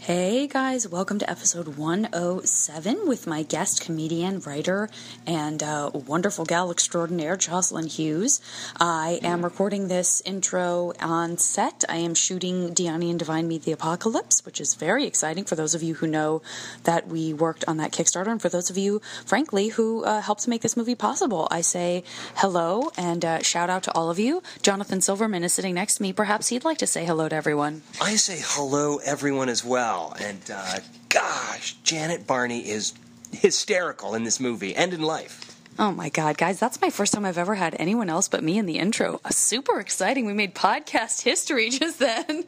Hey guys, welcome to episode 107 with my guest, comedian, writer, and uh, wonderful gal extraordinaire, Jocelyn Hughes. I am recording this intro on set. I am shooting Deani and Divine Meet the Apocalypse, which is very exciting for those of you who know that we worked on that Kickstarter, and for those of you, frankly, who uh, helped make this movie possible. I say hello and uh, shout out to all of you. Jonathan Silverman is sitting next to me. Perhaps he'd like to say hello to everyone. I say hello, everyone, as well. And uh, gosh, Janet Barney is hysterical in this movie and in life. Oh my God, guys, that's my first time I've ever had anyone else but me in the intro. Uh, Super exciting. We made podcast history just then. Um,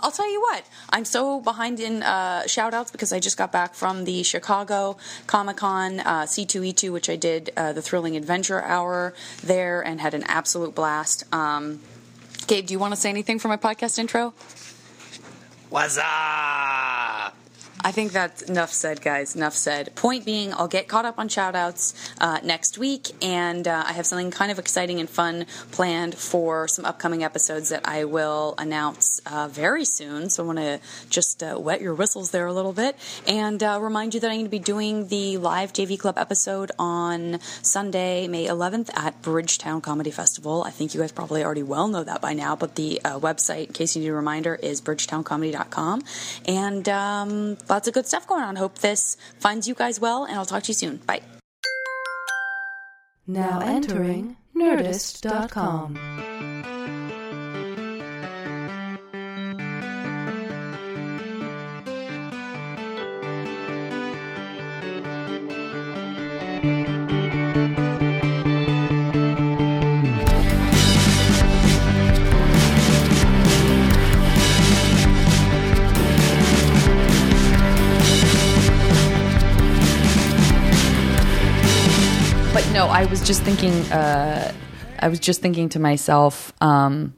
I'll tell you what, I'm so behind in uh, shout outs because I just got back from the Chicago Comic Con uh, C2E2, which I did uh, the Thrilling Adventure Hour there and had an absolute blast. Um, Gabe, do you want to say anything for my podcast intro? What's up? I think that's enough said, guys. Enough said. Point being, I'll get caught up on shout outs uh, next week, and uh, I have something kind of exciting and fun planned for some upcoming episodes that I will announce uh, very soon. So I want to just uh, wet your whistles there a little bit and uh, remind you that I'm going to be doing the live JV Club episode on Sunday, May 11th at Bridgetown Comedy Festival. I think you guys probably already well know that by now, but the uh, website, in case you need a reminder, is bridgetowncomedy.com. And um, lots of good stuff going on. Hope this finds you guys well, and I'll talk to you soon. Bye. Now entering Nerdist.com. But no, I was just thinking. Uh, I was just thinking to myself um,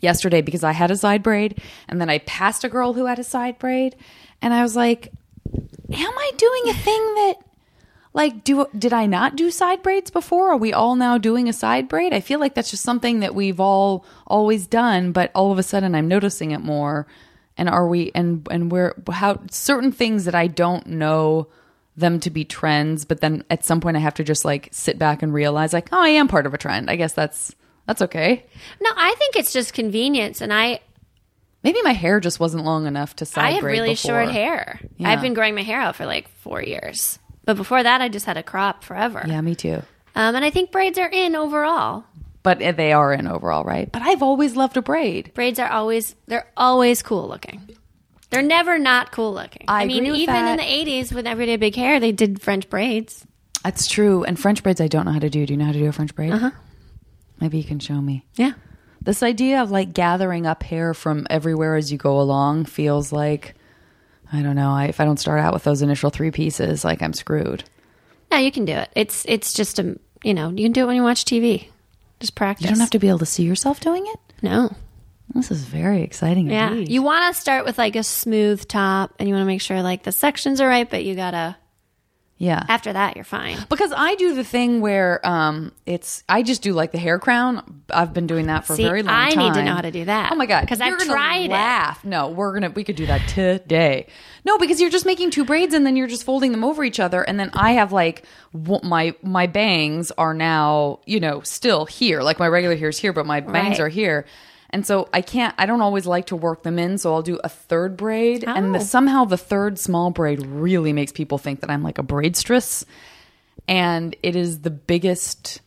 yesterday because I had a side braid, and then I passed a girl who had a side braid, and I was like, "Am I doing a thing that?" Like, do did I not do side braids before? Are we all now doing a side braid? I feel like that's just something that we've all always done, but all of a sudden I'm noticing it more. And are we and and where how certain things that I don't know them to be trends, but then at some point I have to just like sit back and realize like, oh, I am part of a trend. I guess that's that's okay. No, I think it's just convenience, and I Maybe my hair just wasn't long enough to side I have braid really before. short hair. Yeah. I've been growing my hair out for like four years, but before that, I just had a crop forever. Yeah, me too. Um, and I think braids are in overall. But eh, they are in overall, right? But I've always loved a braid. Braids are always they're always cool looking. They're never not cool looking. I mean, agree with even that. in the '80s, with everyday big hair, they did French braids. That's true. And French braids, I don't know how to do. Do you know how to do a French braid? Uh huh. Maybe you can show me. Yeah, This idea of like gathering up hair from everywhere as you go along feels like I don't know. I, if I don't start out with those initial three pieces, like I'm screwed. no, you can do it. It's it's just a you know you can do it when you watch TV. Just practice. You don't have to be able to see yourself doing it. No. This is very exciting. Yeah, indeed. you want to start with like a smooth top, and you want to make sure like the sections are right, but you gotta yeah. after that you're fine. Because I do the thing where um, it's I just do like the hair crown. I've been doing that for See, a very long I time. need to know how to do that. Oh my god, 'Cause I've You're gonna tried it. laugh. No, we're gonna we could do that today. No, because you're just making two braids and then you're just folding them over each other, and then I have like w- my my bangs are now you know still here. Like my regular hair is here, but my bangs Right. are here. And so I can't. I don't always like to work them in, so I'll do a third braid, and the, Oh. somehow the third small braid really makes people think that I'm like a braidstress and it is the biggest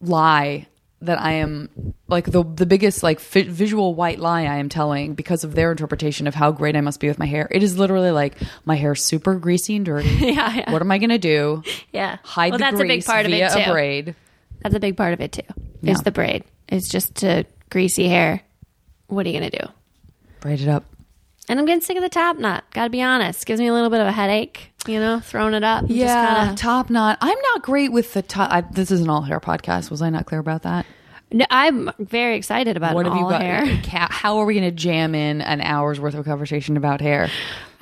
lie that I am like the the biggest like fi- visual white lie I am telling because of their interpretation of how great I must be with my hair. It is literally like my hair's super greasy and dirty. Yeah, yeah. What am I gonna do? Yeah, Hide well, the that's grease a big part of via it too. a braid. That's a big part of it too. Yeah. Is the braid? It's just to greasy hair. What are you gonna do? Braid it up. And I'm getting sick of the top knot. Gotta be honest, gives me a little bit of a headache. You know, throwing it up. Yeah, Just kinda- top knot. I'm not great with the top. I, this is an all hair podcast. Was I not clear about that? no, I'm very excited about what all have you got? hair. Ca- How are we going to jam in an hour's worth of conversation about hair?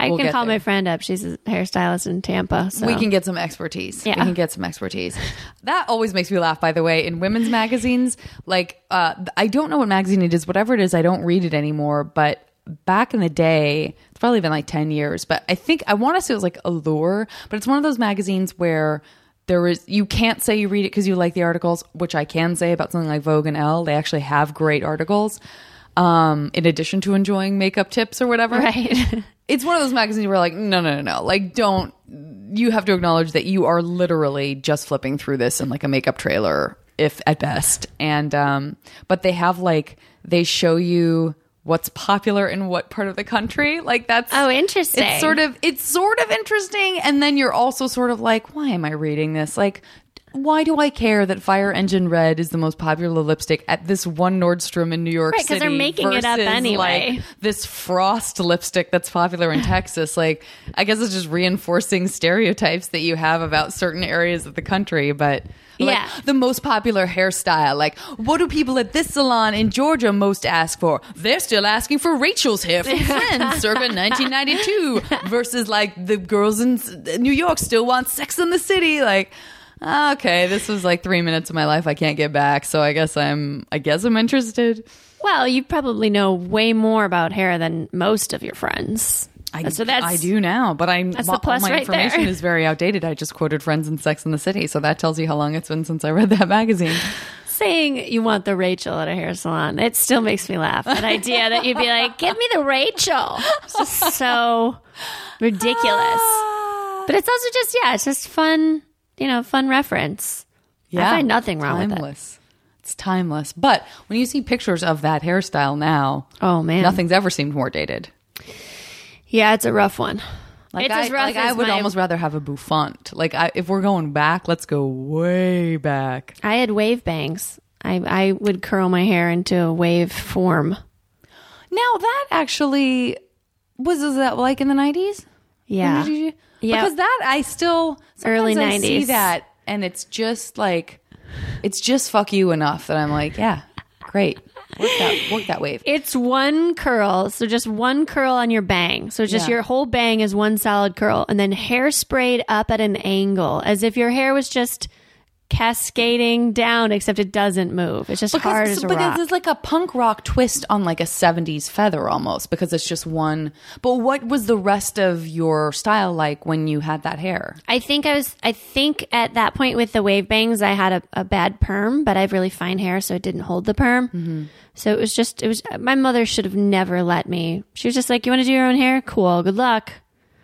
I We'll can get call there. my friend up. She's a hairstylist in Tampa. So We can get some expertise. Yeah. We can get some expertise. That always makes me laugh, by the way. In women's magazines, like, uh, I don't know what magazine it is, whatever it is, I don't read it anymore, but back in the day, it's probably been like 10 years, but I think I want to say it was like Allure, but it's one of those magazines where there is you can't say you read it because you like the articles, which I can say about something like Vogue and Elle. They actually have great articles. Um, in addition to enjoying makeup tips or whatever. Right. it's one of those magazines where like, no, no, no, no. Like don't you have to acknowledge that you are literally just flipping through this in like a makeup trailer, if at best. And um, but they have like they show you what's popular in what part of the country. Like that's Oh, interesting. It's sort of it's sort of interesting, and then you're also sort of like, why am I reading this? Like. Why do I care that Fire Engine Red is the most popular lipstick at this one Nordstrom in New York Right, 'cause City? they're making it up versus, anyway. like, this frost lipstick that's popular in Texas. Like, I guess it's just reinforcing stereotypes that you have about certain areas of the country. But like, Yeah. the most popular hairstyle. Like, what do people at this salon in Georgia most ask for? They're still asking for Rachel's hair from Friends circa 1992 versus like the girls in s- New York still want Sex in the City. Like. Okay, this was like three minutes of my life I can't get back, so I guess I'm I guess I'm interested. Well, you probably know way more about hair than most of your friends. I, so that's I do now, but I'm that's the all plus my right information there. is very outdated. I just quoted Friends and Sex in the City, so that tells you how long it's been since I read that magazine. saying you want the Rachel at a hair salon. It still makes me laugh. That idea that you'd be like, "Give me the Rachel," it's just so ridiculous. But it's also just yeah, it's just fun. You know, fun reference. Yeah, find nothing wrong with it. timeless. It's timeless. But when you see pictures of that hairstyle now, Oh man, nothing's ever seemed more dated. Yeah, it's a rough one. Like it's I, as rough like as I would my- almost rather have a bouffant. Like I, if we're going back, let's go way back. I had wave bangs. I, I would curl my hair into a wave form. Now that actually was is that like in the nineties? Yeah. Yeah. Because that I still sometimes Early I see 90s. that and it's just like it's just fuck you enough that I'm like, yeah, great. Work that work that wave. It's one curl, so just one curl on your bang. So just Yeah. your whole bang is one solid curl, and then hair sprayed up at an angle, as if your hair was just cascading down, except it doesn't move. It's just hard as a because rock. it's like a punk rock twist on like a 70s feather almost because it's just one but what was the rest of your style like when you had that hair I think I was. I think at that point with the wave bangs, I had a, a bad perm, but I have really fine hair, so it didn't hold the perm. Mm-hmm. So it was just. It was. My mother should have never let me. She was just like, "You want to do your own hair? Cool. Good luck."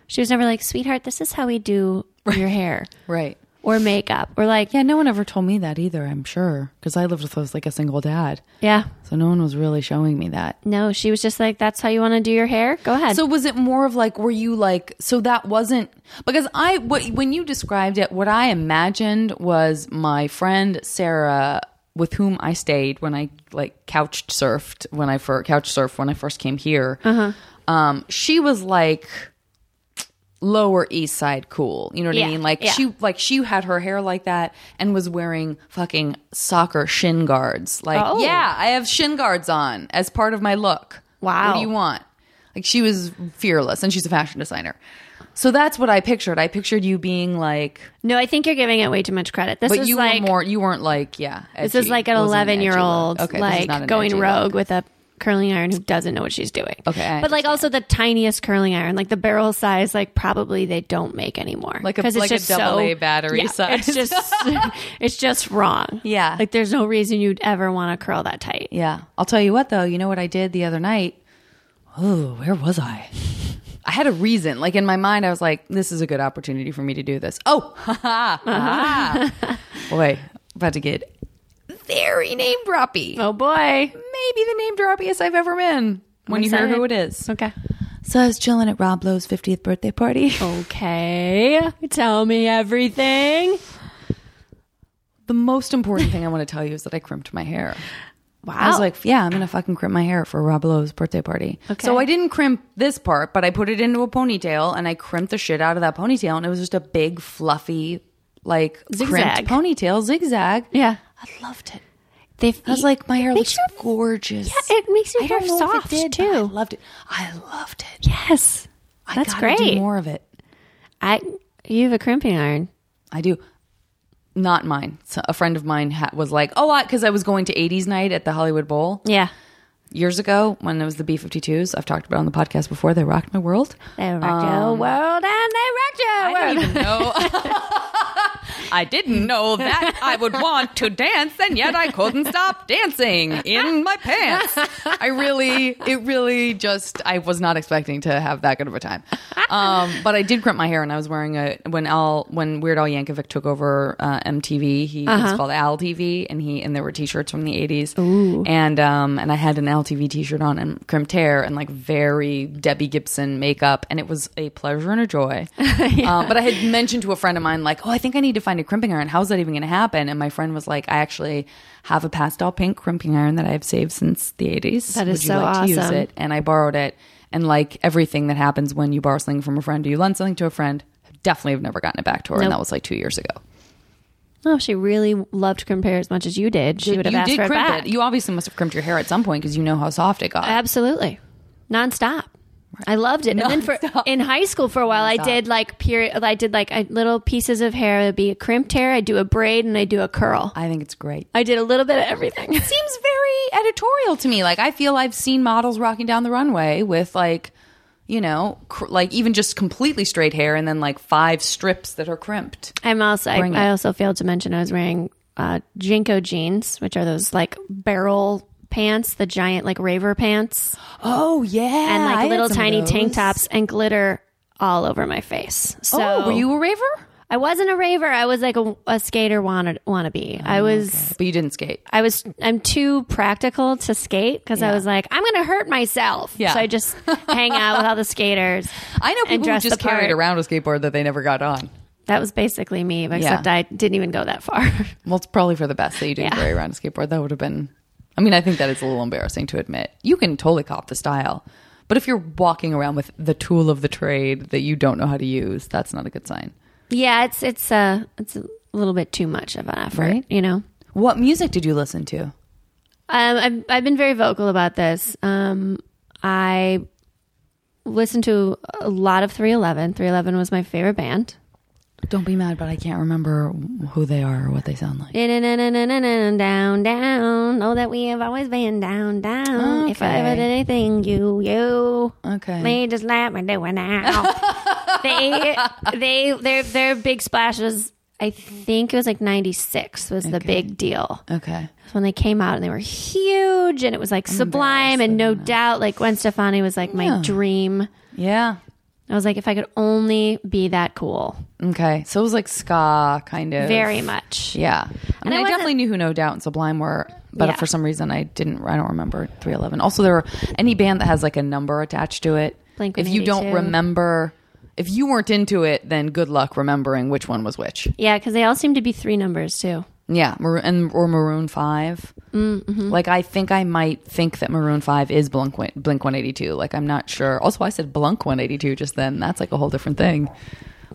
She was never like, "Sweetheart, this is how we do your hair right or makeup or like yeah, yeah no one ever told me that either i'm sure because i lived with us like a single dad yeah." so no one was really showing me that No, she was just like, "That's how you want to do your hair? Go ahead." So was it more of like were you like so that wasn't because I what when you described it what I imagined was my friend Sarah with whom I stayed when I like couch surfed when I first couch surfed when I first came here. Uh-huh. Um she was like lower east side cool. You know what I Yeah, mean? Like yeah. she like she had her hair like that and was wearing fucking soccer shin guards. Like Oh. yeah, I have shin guards on as part of my look. Wow. What do you want? Like she was fearless and she's a fashion designer. So that's what I pictured. I pictured you being like no, I think you're giving it way too much credit. This but is you like were more you weren't like, yeah. this is edgy. like an It wasn't 11 edgy year look. old Okay, this is like not an going edgy look. rogue with a curling iron who doesn't know what she's doing Okay, I but like also the tiniest curling iron like the barrel size like probably they don't make anymore Like a- 'Cause it's like a just double so- A battery yeah, size. it's just it's just wrong Yeah. like there's no reason you'd ever want to curl that tight Yeah. I'll tell you what though, you know what I did the other night? Oh, where was I? I had a reason. Like in my mind I was like, this is a good opportunity for me to do this. Oh, ha ha. ha. Boy, about to get very name droppy. oh boy Maybe the name droppiest I've ever been. When you hear excited. who it is. okay So I was chilling at Rob Lowe's 50th birthday party. okay tell me everything The most important thing I want to tell you is that I crimped my hair. wow I was like, yeah, I'm gonna fucking crimp my hair for Rob Lowe's birthday party. Okay. So I didn't crimp this part, but I put it into a ponytail and I crimped the shit out of that ponytail, and it was just a big fluffy, like Zigzag. crimped ponytail zigzag. yeah I loved it. they've I was like, my hair Makes looks your- gorgeous. Yeah, it makes your I don't hair know if it soft, did, but too. I loved it. I loved it. yes I that's gotta great Do more of it. i you have a crimping iron I do. Not mine. So a friend of mine ha- was like, "Oh, because I, was going to '80s night at the Hollywood Bowl." yeah years ago when it was the B 52s. I've talked about it on the podcast before. They rocked my world. They rocked Um, your world and they rocked your world. didn't even know. I didn't know that I would want to dance, and yet I couldn't stop dancing in my pants. I really, it really just, I was not expecting to have that good of a time. Um, but I did crimp my hair, and I was wearing a when Al when Weird Al Yankovic took over uh, MTV. He it's called Al TV, and he and there were T-shirts from the '80s, and um, and I had an Al TV T-shirt on and crimped hair and like very Debbie Gibson makeup, and it was a pleasure and a joy. Uh, but I had mentioned to a friend of mine, like, oh, I think I need to find a crimping iron. How's that even going to happen? And my friend was like, I actually have a pastel pink crimping iron that I have saved since the 80s. That is Would you so like to use awesome. it? And I borrowed it. And like everything that happens when you borrow something from a friend or you lend something to a friend, I definitely have never gotten it back to her. And Nope. that was like two years ago. Oh, if she really loved Crimp hair as much as you did. She would have you asked did for it crimp back. it. You obviously must have crimped your hair at some point because you know how soft it got. Absolutely, nonstop. I loved it. And then for in high school for a while, I did like period. I did like I, little pieces of hair. It'd be a crimped hair. I do a braid and I do a curl. I think it's great. I did a little bit of everything. seems very editorial to me. Like I feel I've seen models rocking down the runway with like, you know, cr- like even just completely straight hair and then like five strips that are crimped. I'm also I, Bring it. I also failed to mention I was wearing uh, Jinko jeans, which are those like barrel pants, the giant like raver pants, Oh yeah, and like little tiny tank tops and glitter all over my face. So oh, were you a raver? I wasn't a raver. I was like a, a skater wanna, wannabe. Oh, I was. But you didn't skate. I was I'm too practical to skate because I was like I'm gonna hurt myself. Yeah. So I just hang out with all the skaters. I know and people who dress just the part. carried around a skateboard that they never got on. That was basically me, except I didn't even go that far. Well, it's probably for the best that you didn't Yeah. carry around a skateboard. That would have been. I mean, I think that is a little embarrassing to admit. You can totally cop the style, but if you're walking around with the tool of the trade that you don't know how to use, that's not a good sign. yeah, it's it's uh it's a little bit too much of an effort, Right. you know. What music did you listen to? Um, I've I've been very vocal about this. Um, I listened to a lot of 311. 311 was my favorite band. Don't be mad, but I can't remember who they are or what they sound like. Na-na-na-na-na-na-na, Down, down. Know that we have always been down, down. If I ever Okay. did anything, you, you. Okay. Me, just let me do it now. they, they, their, their big splash was, I think it was like 96 was the big deal. Okay. It was when they came out and they were huge and it was like sublime and no doubt like Gwen Stefani was like my dream. Yeah. I was like, if I could only be that cool. Okay. So it was like ska kind of. Very much. Yeah. I And I mean, I, wasn't- definitely knew who No Doubt and Sublime were, but Yeah. for some reason I didn't. I don't remember 311. Also, there were any band that has like a number attached to it. Blink if you don't 182. remember, if you weren't into it, then good luck remembering which one was which. Yeah, because they all seem to be three numbers too. Yeah, Maroon, and or Maroon 5 Mm-hmm. Like I think I might think that Maroon Five is Blink Blink One Eighty Two. Like I'm not sure. Also, I said Blunk One Eighty Two just then. That's like a whole different thing.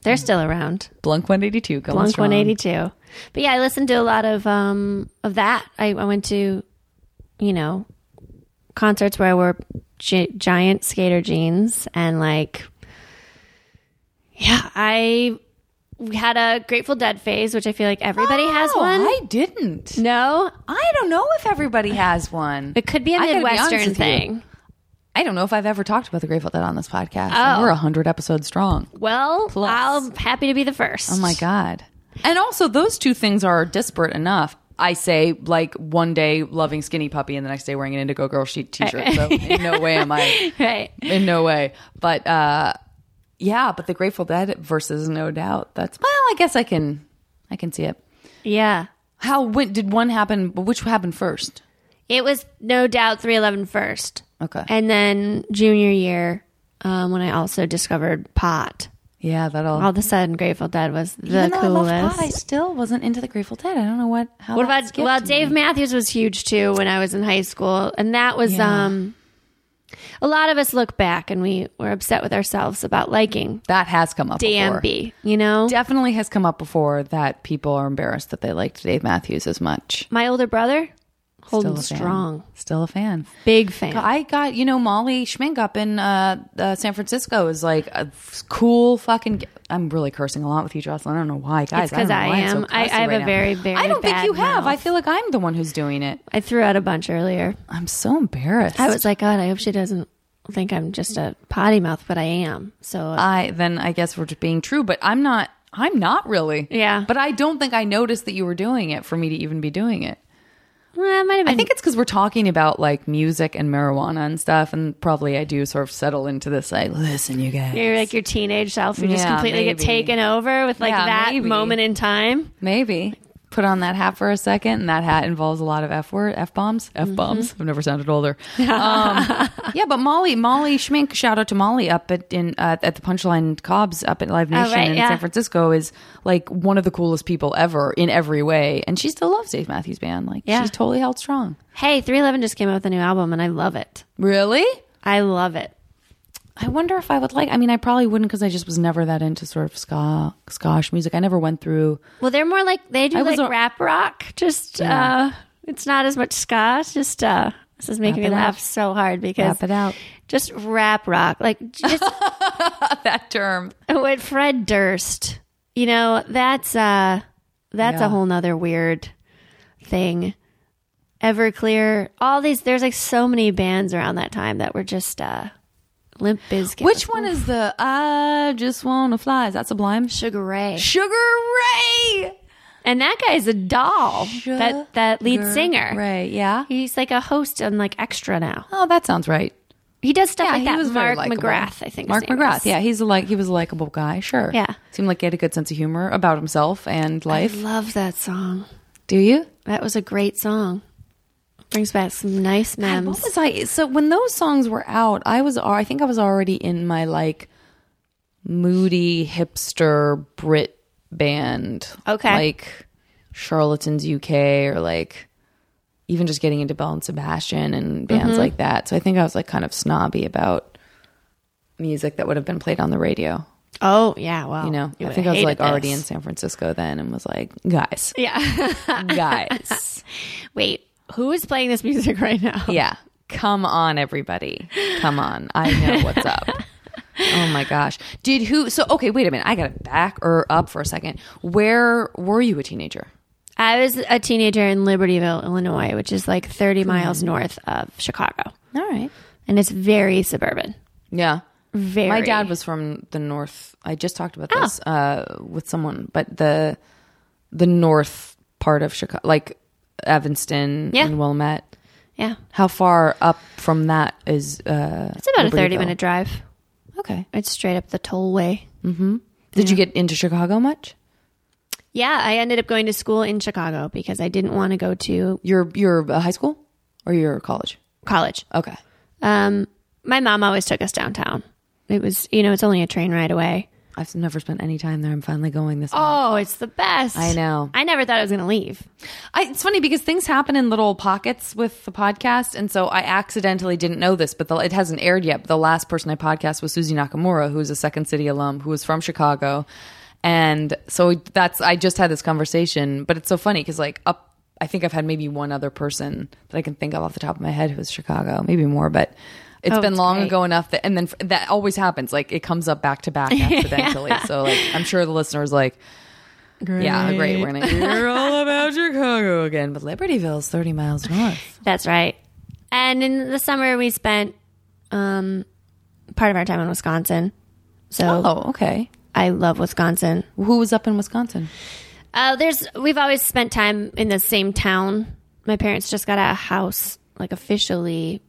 They're still around. Blunk One Eighty Two. going Blunk strong. 182. But yeah, I listened to a lot of um of that. I, I went to, you know, concerts where I wore gi- giant skater jeans and like, yeah, I had a Grateful Dead phase, which I feel like everybody has Oh, one. I didn't. no, I don't know if everybody has one. it could be a I gotta be honest midwestern with you. thing. I don't know if I've ever talked about the Grateful Dead on this podcast. Oh. and We're hundred episodes strong. Well, Plus. I'm happy to be the first. Oh my god! And also, those two things are disparate enough. I say like one day loving skinny puppy, and the next day wearing an Indigo Girl sheet T-shirt. So in no way am I Right. in no way. But uh, yeah, but the Grateful Dead versus No Doubt. That's well, I guess I can I can see it. Yeah. How when, did one happen? But which happened first? It was no doubt 311 first. Okay. And then junior year, um, when I also discovered pot. yeah, that'll. All of a sudden, Grateful Dead was the Even though coolest. I love pot, I still wasn't into the Grateful Dead. I don't know what. How what that about skipped well, me. Dave Matthews was huge too when I was in high school, and that was Yeah. um. A lot of us look back and we were upset with ourselves about liking That has come up. before. DMB. You know, definitely has come up before that people are embarrassed that they liked Dave Matthews as much. my older brother Holding Still a fan. strong. Still a fan. Big fan. I got you know Molly Schmink up in uh, uh, San Francisco is like a f- cool fucking. g- I'm really cursing a lot with you, Jocelyn. I don't know why, guys. It's 'cause don't know I why I'm so am. I- I cussy have right a now. very, very I don't think bad you have. I mouth. feel like I'm the one who's doing it. I threw out a bunch earlier. I'm so embarrassed. I was like, God, I hope she doesn't think I'm just a potty mouth, but I am. So uh, I then I guess we're just being true, but I'm not. I'm not really. Yeah. But I don't think I noticed that you were doing it for me to even be doing it. well, it might have been. I think it's because we're talking about like music and marijuana and stuff, and probably I do sort of settle into this. Like, listen, you guys, you're like your teenage self. You just Yeah, completely maybe. get taken over with like Yeah, that maybe. moment in time. Maybe. Put on that hat for a second, and that hat involves a lot of f word, f bombs, Mm-hmm. f bombs. I've never sounded older. Um, yeah, but Molly, Molly Schmink, shout out to Molly up at in uh, at the Punchline Cobbs up at Live Nation Oh, right, in yeah. San Francisco is like one of the coolest people ever in every way, and she still loves Dave Matthews Band. Like Yeah. she's totally held strong. Hey, 311 just came out with a new album, and I love it. Really? I love it. I wonder if I would like. I mean, I probably wouldn't because I just was never that into sort of ska, Scotch music. I never went through. Well, they're more like they do I was like a- rap rock. Just uh, it's not as much ska. It's just uh, this is making Rap me it laugh out. so hard because Rap it out. Just rap rock, like just That term. what Oh, Fred Durst. You know that's uh, that's Yeah. a whole nother weird thing. Everclear, all these. There's like so many bands around that time that were just uh, Limp Bizkit. Which one is the I just wanna fly? Is that Sublime? Sugar Ray? Sugar Ray. and that guy's a doll. that that lead Sugar singer. Ray, yeah. He's like a host and like extra now. Oh, that sounds right. He does stuff Yeah, like he that. was very Mark likable. McGrath, I think. his Mark name McGrath. is. Yeah, he's a like he was a likable guy. Sure. Yeah. Seemed like he had a good sense of humor about himself and life. Love that song. Do you? That was a great song. Brings back some nice God, memes. What was I? Um, So when those songs were out, I was al- I think I was already in my like moody hipster Brit band. Okay. Like Charlatans UK or like even just getting into Bell and Sebastian and Mm-hmm. bands like that. So I think I was like kind of snobby about music that would have been played on the radio. oh yeah, well, You know, you I think I was hated like already in this. San Francisco then and was like, guys, Yeah. guys. Wait, who is playing this music right now? Yeah. Come on, everybody. Come on. I know what's up. Oh my gosh. Did who? So, okay, wait a minute. I got to back or up for a second. Where were you a teenager? I was a teenager in Libertyville, Illinois, which is like 30 miles north of Chicago, All right. and it's very suburban. Yeah. Very. My dad was from the north. I just talked about this uh, with someone, but the the north part of Chicago, like Evanston Yeah. and Wilmette. Yeah, How far up from that is? Uh, it's about a 30 Libertyville? minute drive. Okay. It's straight up the tollway. Did you get into Chicago much? Yeah, I ended up going to school in Chicago because I didn't want to go to Your your uh, high school or your college? college. Okay. Um, my mom always took us downtown. It was, you know, it's only a train ride away. I've never spent any time there. I'm finally going this. month. Oh, it's the best. I know. I never thought I was going to leave. I, it's funny because things happen in little pockets with the podcast, and so I accidentally didn't know this, but the, it hasn't aired yet. But the last person I podcast was Susie Nakamura, who's a Second City alum who was from Chicago, and so that's I just had this conversation. But it's so funny because like up, I think I've had maybe one other person that I can think of off the top of my head who was Chicago, maybe more, but. it's Oh, been it's long great. ago enough that, and then f- that always happens. Like it comes up back to back accidentally. So like, I'm sure the listener's like, yeah, great. We're gonna hear all about Chicago again, but Libertyville is thirty miles north. That's right. And in the summer, we spent um, part of our time in Wisconsin. So Oh, okay. I love Wisconsin. Who was up in Wisconsin? Uh, there's we've always spent time in the same town. My parents just got a house like officially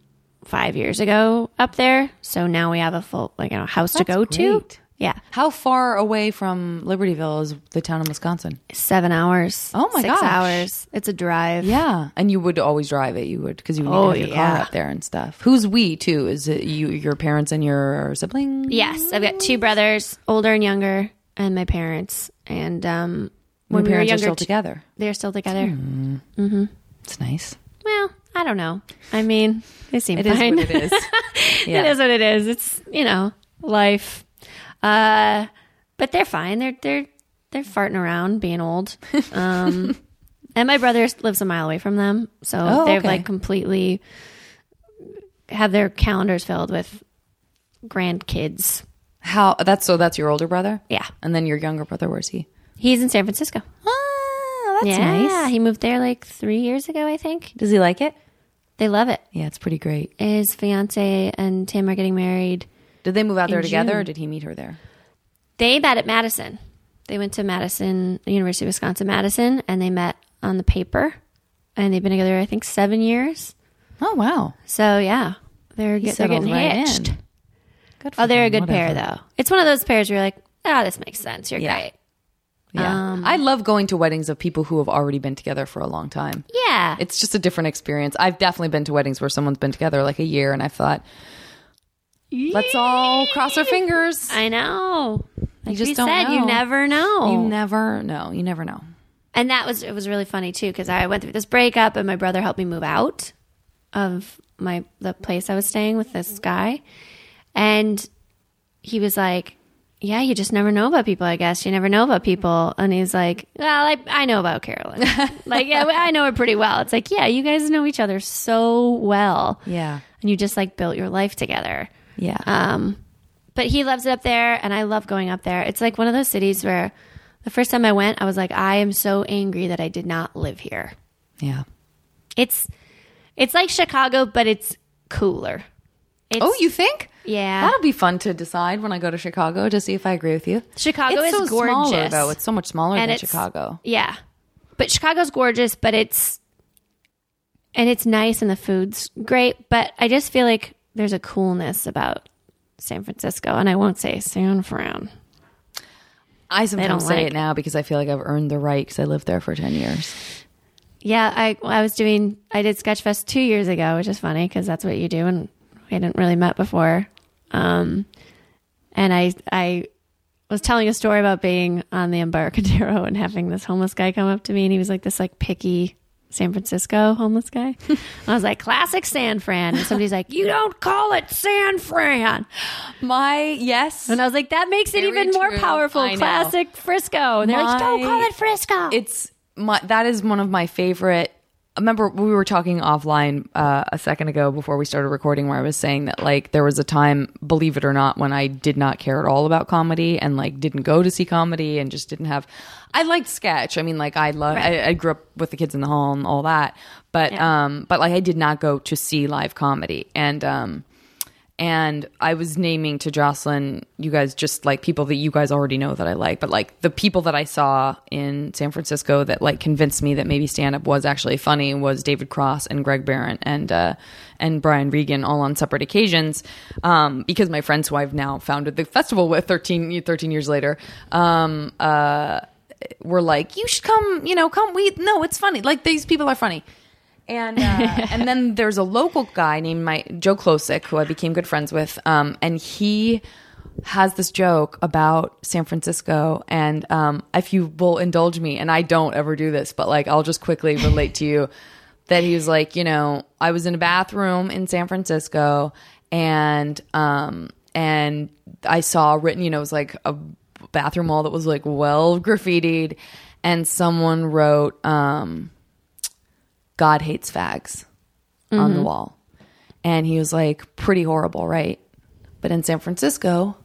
five years ago up there, so now we have a full like you know house to That's go to. great. Yeah, How far away from Libertyville is the town in Wisconsin? seven hours. Oh my six gosh. hours. It's a drive. Yeah, and you would always drive it. You would because you would Oh, have your car yeah. up there and stuff. Who's we too? Is it you, your parents, and your sibling? Yes, I've got two brothers, older and younger, and my parents. And um, Your when we were parents younger, are still t- together. they're still together. Hmm. It's nice. Well, I don't know. I mean, they seem It is fine. what it is. Yeah. it is what it is. It's you know life. Uh, but they're fine. They're they're they're farting around, being old. Um, And my brother lives a mile away from them, so Oh, they've okay. like completely have their calendars filled with grandkids. How that's so that's your older brother? Yeah. And then your younger brother, where's he? He's in San Francisco. Oh, that's yeah, he moved there like three years ago, I think. Does he like it? They love it. Yeah, it's pretty great. His fiance and Tim are getting married. Did they move out there In together or June. did he meet her there? They met at Madison. They went to Madison, University of Wisconsin Madison, and they met on the paper. And they've been together, I think, seven years. Oh wow. So yeah, they're, get, they're settled getting right hitched. in. Good for Oh, they're a him, good pair whatever. though. It's one of those pairs where you're like, oh, this makes sense. You're Yeah. great. Yeah. Um, I love going to weddings of people who have already been together for a long time. Yeah. It's just a different experience. I've definitely been to weddings where someone's been together like a year and I've thought, let's all cross our fingers. I know. Like just we don't said, you know. never know. You never know. You never know. and that was it was really funny too because I went through this breakup and my brother helped me move out of my the place I was staying with this guy, and he was like, "Yeah, you just never know about people. I guess you never know about people." And he's like, "Well, I I know about Carolyn. like, yeah, I know her pretty well." It's like, yeah, you guys know each other so well, Yeah. and you just like built your life together. Yeah. Um, but he loves it up there, and I love going up there. It's like one of those cities where the first time I went, I was like, I am so angry that I did not live here. yeah. It's it's like Chicago, but it's cooler. It's, Oh, you think? yeah. That'll be fun to decide when I go to Chicago to see if I agree with you. Chicago it's is so gorgeous, smaller though. It's so much smaller and than it's- Chicago. Yeah, but Chicago's gorgeous, but it's and it's nice, and the food's great. But I just feel like there's a coolness about San Francisco, and I won't say San Fran. I sometimes say like- it now because I feel like I've earned the right because I lived there for ten years. Yeah, I I was doing I did Sketchfest two years ago, which is funny because that's what you do, and we hadn't really met before. Um, and I I was telling a story about being on the Embarcadero and having this homeless guy come up to me, and he was like this like picky San Francisco homeless guy. And I was like, classic San Fran, and somebody's like, you don't call it San Fran, My yes, and I was like, that makes it Very even more true. powerful. I know. Classic Frisco, and they're like, don't My- call it Frisco. it's my that is one of my favorite. Remember, we were talking offline uh, a second ago before we started recording, where I was saying that like there was a time, believe it or not, when I did not care at all about comedy and like didn't go to see comedy and just didn't have. I liked sketch. I mean, like I love. I, I grew up with the kids in the hall and all that, but um, but like I did not go to see live comedy and um, and I was naming to Jocelyn, you guys just like people that you guys already know that I like, but like the people that I saw in San Francisco that like convinced me that maybe stand up was actually funny was David Cross and Greg Barron and uh, and Brian Regan all on separate occasions um, because my friends who I've now founded the festival with 13, 13 years later um, uh, were like, you should come, you know, come. We no, it's funny. Like these people are funny. And uh, and then there's a local guy named my Joe Klosick who I became good friends with, um, and he has this joke about San Francisco. And um, if you will indulge me, and I don't ever do this, but like I'll just quickly relate to you that he was like, you know, I was in a bathroom in San Francisco, and um, and I saw written, you know, it was like a bathroom wall that was like well graffitied, and someone wrote. Um, God hates fags on the wall. And he was like, pretty horrible, right? But in San Francisco,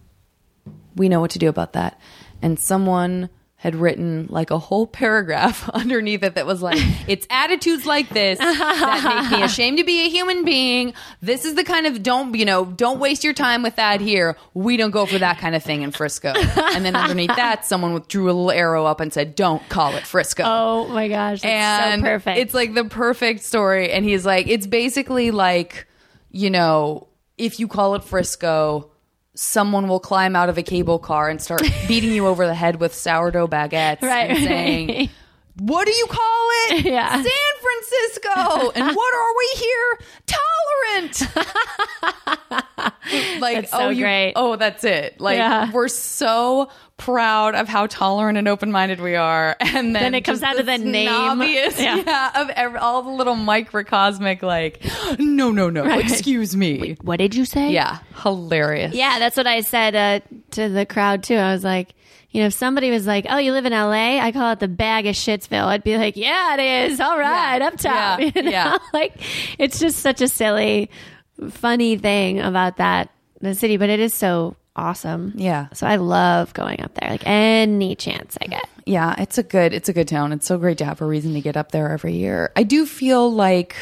we know what to do about that. And someone had written like a whole paragraph underneath it that was like, it's attitudes like this that make me ashamed to be a human being. This is the kind of don't, you know, don't waste your time with that here. We don't go for that kind of thing in Frisco. And then underneath that, someone with- drew a little arrow up and said, don't call it Frisco oh my gosh, that's and so perfect. it's like the perfect story and he's like it's basically like you know if you call it frisco someone will climb out of a cable car and start beating you over the head with sourdough baguettes Right, and saying what do you call it Yeah. san francisco and what are we here tolerant like That's so oh you- great. oh that's it like Yeah. we're so proud of how tolerant and open-minded we are and then Then it comes just down to the name. snobbiest, Yeah. yeah. of every, all the little microcosmic, like, no, no, no, excuse me. what did you say? Yeah, hilarious. Yeah, that's what I said uh, to the crowd too. I was like, You know, if somebody was like, "Oh, you live in L.A.?" I call it the bag of Shitsville. I'd be like, "Yeah, it is. All right, Yeah. up top." Yeah. You know? Yeah. like it's just such a silly, funny thing about that the city, but it is so awesome. Yeah. So I love going up there. Like any chance I get. yeah it's a good it's a good town it's so great to have a reason to get up there every year i do feel like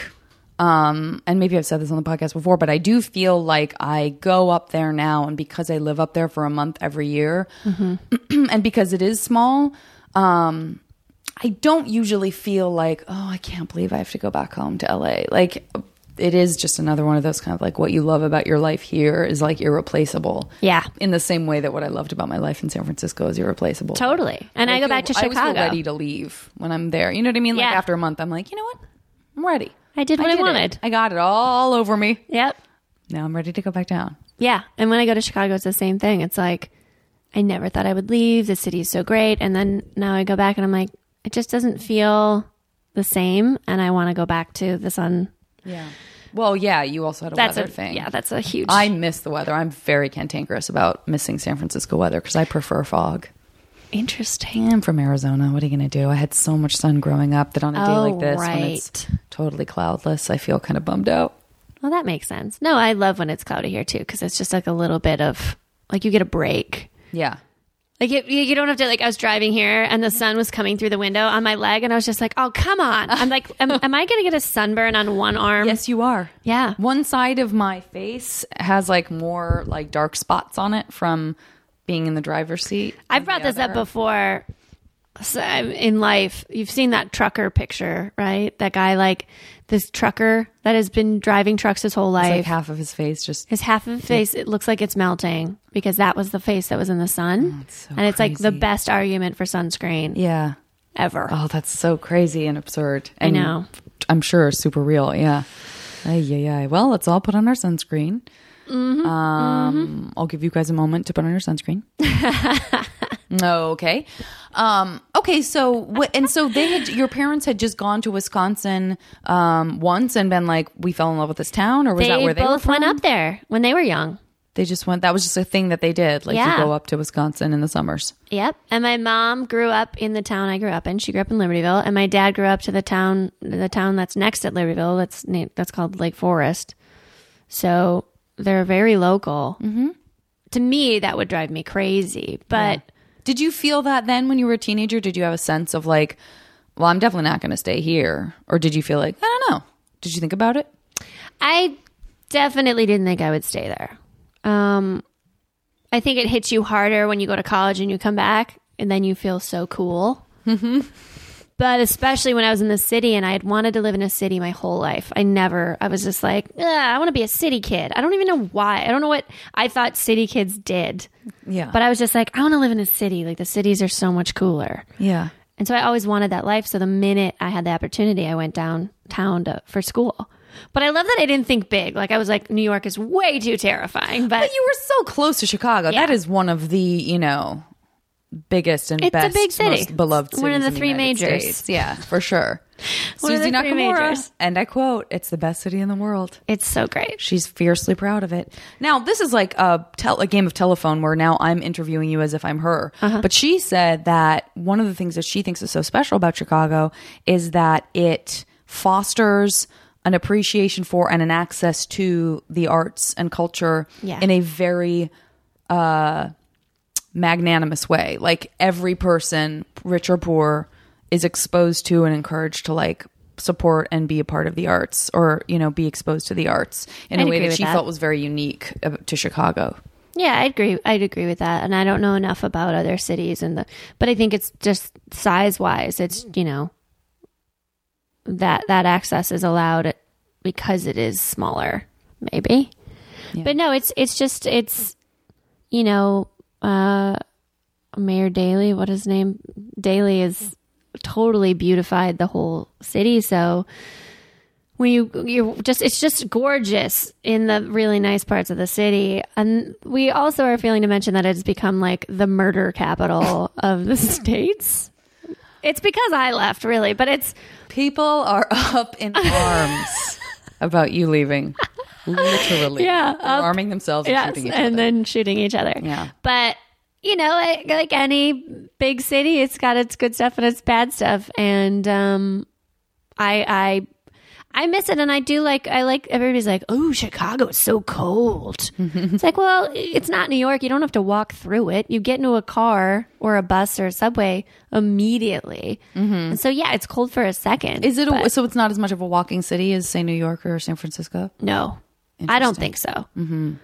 um and maybe i've said this on the podcast before but i do feel like i go up there now and because i live up there for a month every year Mm-hmm. and because it is small um i don't usually feel like oh i can't believe i have to go back home to la like it is just another one of those kind of like what you love about your life here is like irreplaceable Yeah. in the same way that what i loved about my life in san francisco is irreplaceable Totally. And I, go feel- back to I always Chicago. feel ready to leave when I'm there. You know what I mean? Like Yeah. after a month, I'm like, you know what? I'm ready. I did what I it. wanted. I got it all over me. Yep. Now I'm ready to go back down. Yeah. And when I go to Chicago, it's the same thing. It's like, I never thought I would leave. The city is so great. And then now I go back and I'm like, it just doesn't feel the same. And I want to go back to the sun. Yeah. Well, yeah. You also had a That's weather a thing. Yeah, that's a huge. I miss the weather. I'm very cantankerous about missing San Francisco weather because I prefer fog. interesting. I'm from Arizona. What are you going to do? I had so much sun growing up that on a day Oh, like this, when it's right. totally cloudless, I feel kind of bummed out. Well, that makes sense. No, I love when it's cloudy here too because it's just like a little bit of like you get a break. Yeah. Like it, you you don't have to like. I was driving here and the sun was coming through the window on my leg, and I was just like, "Oh, come on!" I'm like, "Am, am I going to get a sunburn on one arm?" Yes, you are. Yeah. One side of my face has like more like dark spots on it from being in the driver's seat. I've brought this up before so I'm- in life. You've seen that trucker picture, right? That guy, like this trucker that has been driving trucks his whole It's life. like half of his face just his half of his face, it looks like it's melting because that was the face that was in the sun. and it's like the Oh, crazy. best argument for sunscreen yeah. ever. Oh, that's so crazy and absurd. And know. I'm sure super real. Yeah. Ay, ay, ay. Well, let's all put on our sunscreen. Mm-hmm. um, I'll give you guys a moment to put on your sunscreen. okay. Um, okay. So, wh- and so they had, your parents had just gone to Wisconsin, um, once and been like, we fell in love with this town or was They that where they were both from? went up there when they were young. They just went, that was just a thing that they did. Like Yeah. you go up to Wisconsin in the summers. Yep. And my mom grew up in the town I grew up in. She grew up in Libertyville, and my dad grew up to the town the town that's next at Libertyville. That's named that's called Lake Forest. So they're very local. Mm-hmm. To me, that would drive me crazy. But Did you feel that then when you were a teenager? Did you have a sense of like, well, I'm definitely not going to stay here? Or did you feel like, I don't know. Did you think about it? I definitely didn't think I would stay there. Um, I think it hits you harder when you go to college and you come back, and then you feel so cool. but especially when I was in the city and I had wanted to live in a city my whole life. I never, I was just like, "Ugh, I want to be a city kid. I don't even know why. I don't know what I thought city kids did. Yeah. But I was just like, I want to live in a city. Like the cities are so much cooler. yeah. And so I always wanted that life. So the minute I had the opportunity, I went downtown to, for school. But I love that I didn't think big. Like I was like, New York is way too terrifying. But, But you were so close to Chicago. Yeah. That is one of the, you know, biggest and It's a best, big city. most beloved It's cities. one of the in three United majors. States. Yeah, for sure. One of the Susie three Nakamura. majors. And I quote, it's the best city in the world. it's so great. She's fiercely proud of it. Now, this is like a, tel- a game of telephone where now I'm interviewing you as if I'm her. But she said that one of the things that she thinks is so special about Chicago is that it fosters an appreciation for and an access to the arts and culture Yeah. in a very magnanimous way. Like every person, rich or poor, is exposed to and encouraged to like support and be a part of the arts or, you know, be exposed to the arts in I'd a way agree that with she that. felt was very unique uh, to Chicago. Yeah, I'd agree. I'd agree with that. And I don't know enough about other cities and the, but I think it's just size wise. It's, you know, that, that access is allowed because it is smaller, maybe. But no, it's, it's just, it's, you know, uh, Mayor Daley, what his name? Daley is totally beautified the whole city. So when you you just it's just gorgeous in the really nice parts of the city. And we also are feeling to mention that it's become like the murder capital of the states. It's because I left, really, but it's People are up in arms about you leaving. Literally. Yeah, They're up- arming themselves and shooting each and other. then shooting each other. Yeah. But you know, like, like any big city, it's got its good stuff and its bad stuff. And um, I, I, I miss it, and I do like. I like everybody's like, "Oh, Chicago is so cold." it's like, well, it's not New York. You don't have to walk through it. You get into a car or a bus or a subway immediately. And so, yeah, it's cold for a second. Mm-hmm. Is it but a, so? It's not as much of a walking city as say New York or San Francisco. no, I don't think so. Mm-hmm.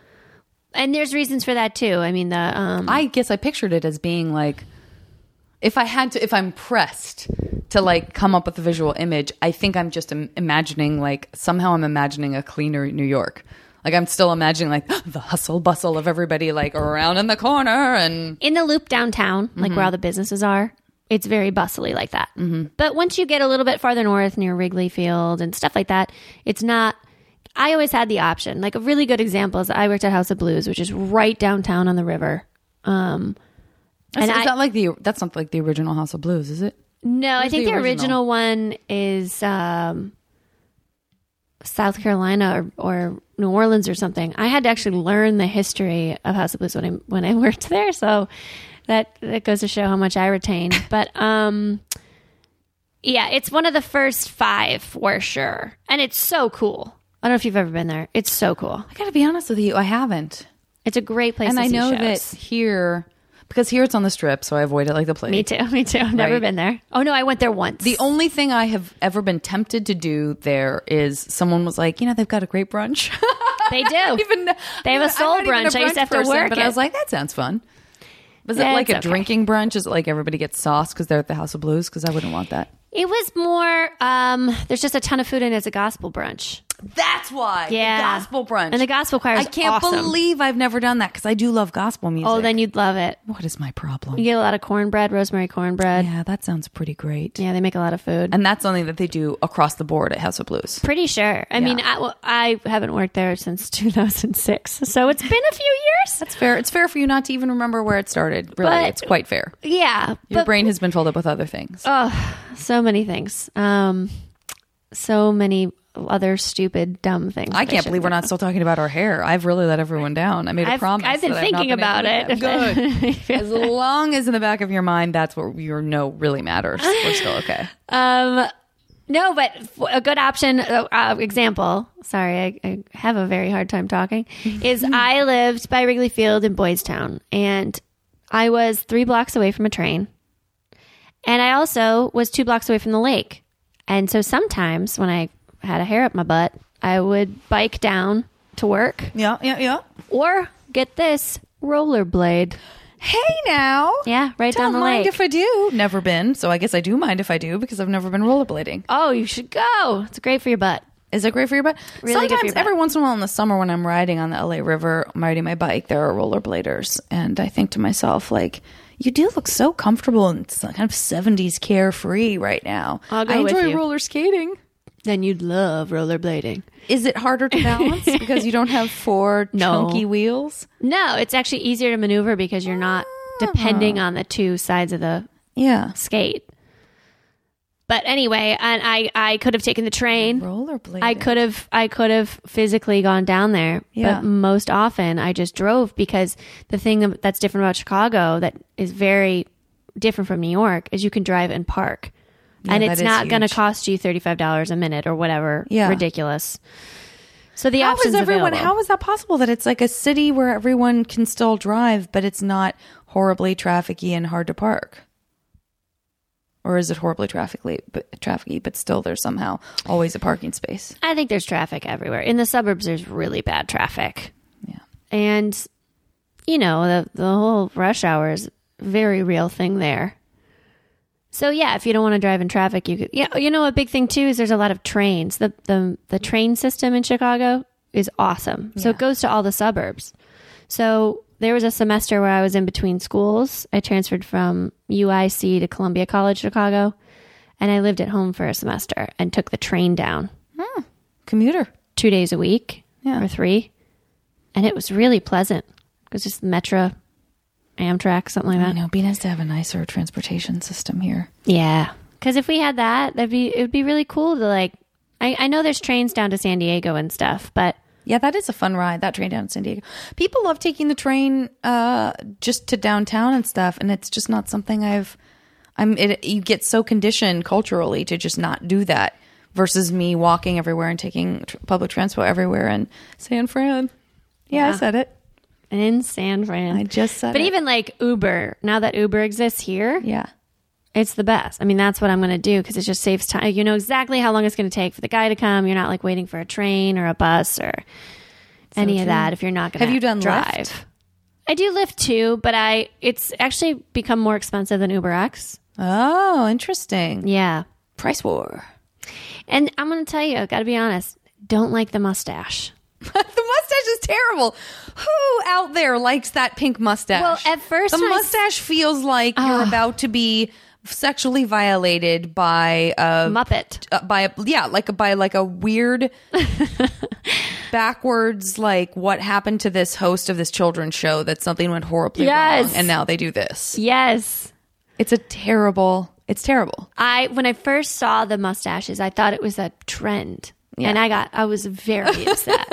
And there's reasons for that too. I mean, the um, I guess I pictured it as being like, if I had to, if I'm pressed to like come up with a visual image, I think I'm just im- imagining like somehow I'm imagining a cleaner New York. Like I'm still imagining like the hustle bustle of everybody like around in the corner and in the loop downtown, like where all the businesses are, it's very bustly like that. But once you get a little bit farther north near Wrigley Field and stuff like that, it's not. I always had the option. Like a really good example is I worked at House of Blues, which is right downtown on the river. Um, That's, And it's I- not like the that's not like the original House of Blues, is it? no, I Where's think the the original? one is um, South Carolina or, or New Orleans or something. I had to actually learn the history of House of Blues when I when I worked there, so that that goes to show how much I retained. But um, yeah, it's one of the first five for sure, and it's so cool. I don't know if you've ever been there. It's so cool. I gotta be honest with you, I haven't. It's a great place. and to I see know that shows. here because here it's on the strip, so I avoid it like the plague. Me too. Me too. I've never Right. been there. Oh no, I went there once. The only thing I have ever been tempted to do there is someone was like, you know, they've got a great brunch. they do. even They have a soul I'm not even brunch. I used to have to work but it. I was like, that sounds fun. Was it Yeah, like a it's okay. drinking brunch? Is it like everybody gets sauce because they're at the House of Blues? Because I wouldn't want that. It was more. Um, there's just a ton of food and it's a gospel brunch. That's why. Yeah. gospel brunch And the gospel choir I is can't awesome. believe I've never done that because I do love gospel music. Oh, then you'd love it. what is my problem? You get a lot of cornbread, rosemary cornbread. Yeah, Yeah, that sounds pretty great. they make a lot of food. And that's something that they do across the board at House of Blues. Pretty sure. I mean, I, well, I haven't worked there since 2006, so it's been a few years. It's fair. It's fair for you not to even remember where it started. Really, But- it's quite fair. Yeah, Your but brain has been filled up with other things. so many things. Um, so many other stupid, dumb things. I that can't should believe we're know. not still talking about our hair. I've really let everyone down. I made a I've, promise. I've been that I've not thinking about able it. to do that. Good. as long as in the back of your mind, that's what your no really matters. We're still okay. Um, no, but f- a good option uh, uh, example. Sorry, I, I have a very hard time talking. is I lived by Wrigley Field in Boys Town, and I was three blocks away from a train, and I also was two blocks away from the lake. And so sometimes when I had a hair up my butt, I would bike down to work Yeah, yeah, yeah. or get this rollerblade. Hey now. Yeah, right down the Don't mind lake. if I do. Never been, so I guess I do mind if I do because I've never been rollerblading. oh, you should go. It's great for your butt. Is it great for your butt? Really good for Sometimes, your butt. every once in a while in the summer, when I'm riding on the LA River, I'm riding my bike, there are rollerbladers, and I think to myself, like, you do look so comfortable and s- kind of 70s carefree right now. I'll go I with enjoy you. roller skating. Then you'd love rollerblading. Is it harder to balance because you don't have four No. chunky wheels? No, it's actually easier to maneuver because you're not depending Ah. on the two sides of the Yeah. skate. But anyway, and I I could have taken the train. Rollerblading. I could have I could have physically gone down there, Yeah. but most often I just drove because the thing that's different about Chicago that is very different from New York is you can drive and park. and that it's is not going to huge. cost you $35 a minute or whatever Yeah. ridiculous. So the How options is everyone? available. How is that possible? That it's like a city where everyone can still drive, but it's not horribly trafficky and hard to park. Or is it horribly traffically, but trafficky, but still there's somehow always a parking space? I think there's traffic everywhere. In the suburbs, there's really bad traffic. Yeah. And, you know, the, the whole rush hour is a very real thing there. So, yeah, if you don't want to drive in traffic, you could. Yeah, you know, a big thing too is there's a lot of trains. The, the, the train system in Chicago is awesome. So it goes to all the suburbs. So there was a semester where I was in between schools. I transferred from UIC to Columbia College, Chicago. And I lived at home for a semester and took the train down Commuter. two days a week Yeah. or three. And it was really pleasant. It was just Metro, Amtrak, something like I that. know. it'd Be nice to have a nicer transportation system here. Yeah. Because if we had that, that'd be, it'd be really cool to like, I, I know there's trains down to San Diego and stuff, but Yeah, that is a fun ride. That train down to San Diego. People love taking the train uh, just to downtown and stuff, and it's just not something I've. I'm. It, you get so conditioned culturally to just not do that. Versus me walking everywhere and taking tr- public transport everywhere in San Fran. Yeah, I said it. in San Fran. I just said But it. even like Uber, now that Uber exists here, Yeah. it's the best. I mean, that's what I'm going to do because it just saves time. You know exactly how long it's going to take for the guy to come. You're not like waiting for a train or a bus or any of that if you're not going to Have you done drive. Lyft? I do Lyft too, but I it's actually become more expensive than UberX. Oh, interesting. Yeah. Price war. And I'm going to tell you, got to be honest, don't like the mustache. the mustache is terrible. Who out there likes that pink mustache? Well, at first the when I s- Ah. mustache feels like you're about to be sexually violated by a Muppet. uh, by a yeah, like a, by like a weird backwards like what happened to this host of this children's show that something went horribly Yes. wrong and now they do this. Yes. It's a terrible. It's terrible. I when I first saw the mustaches, I thought it was a trend. And I got I was very upset.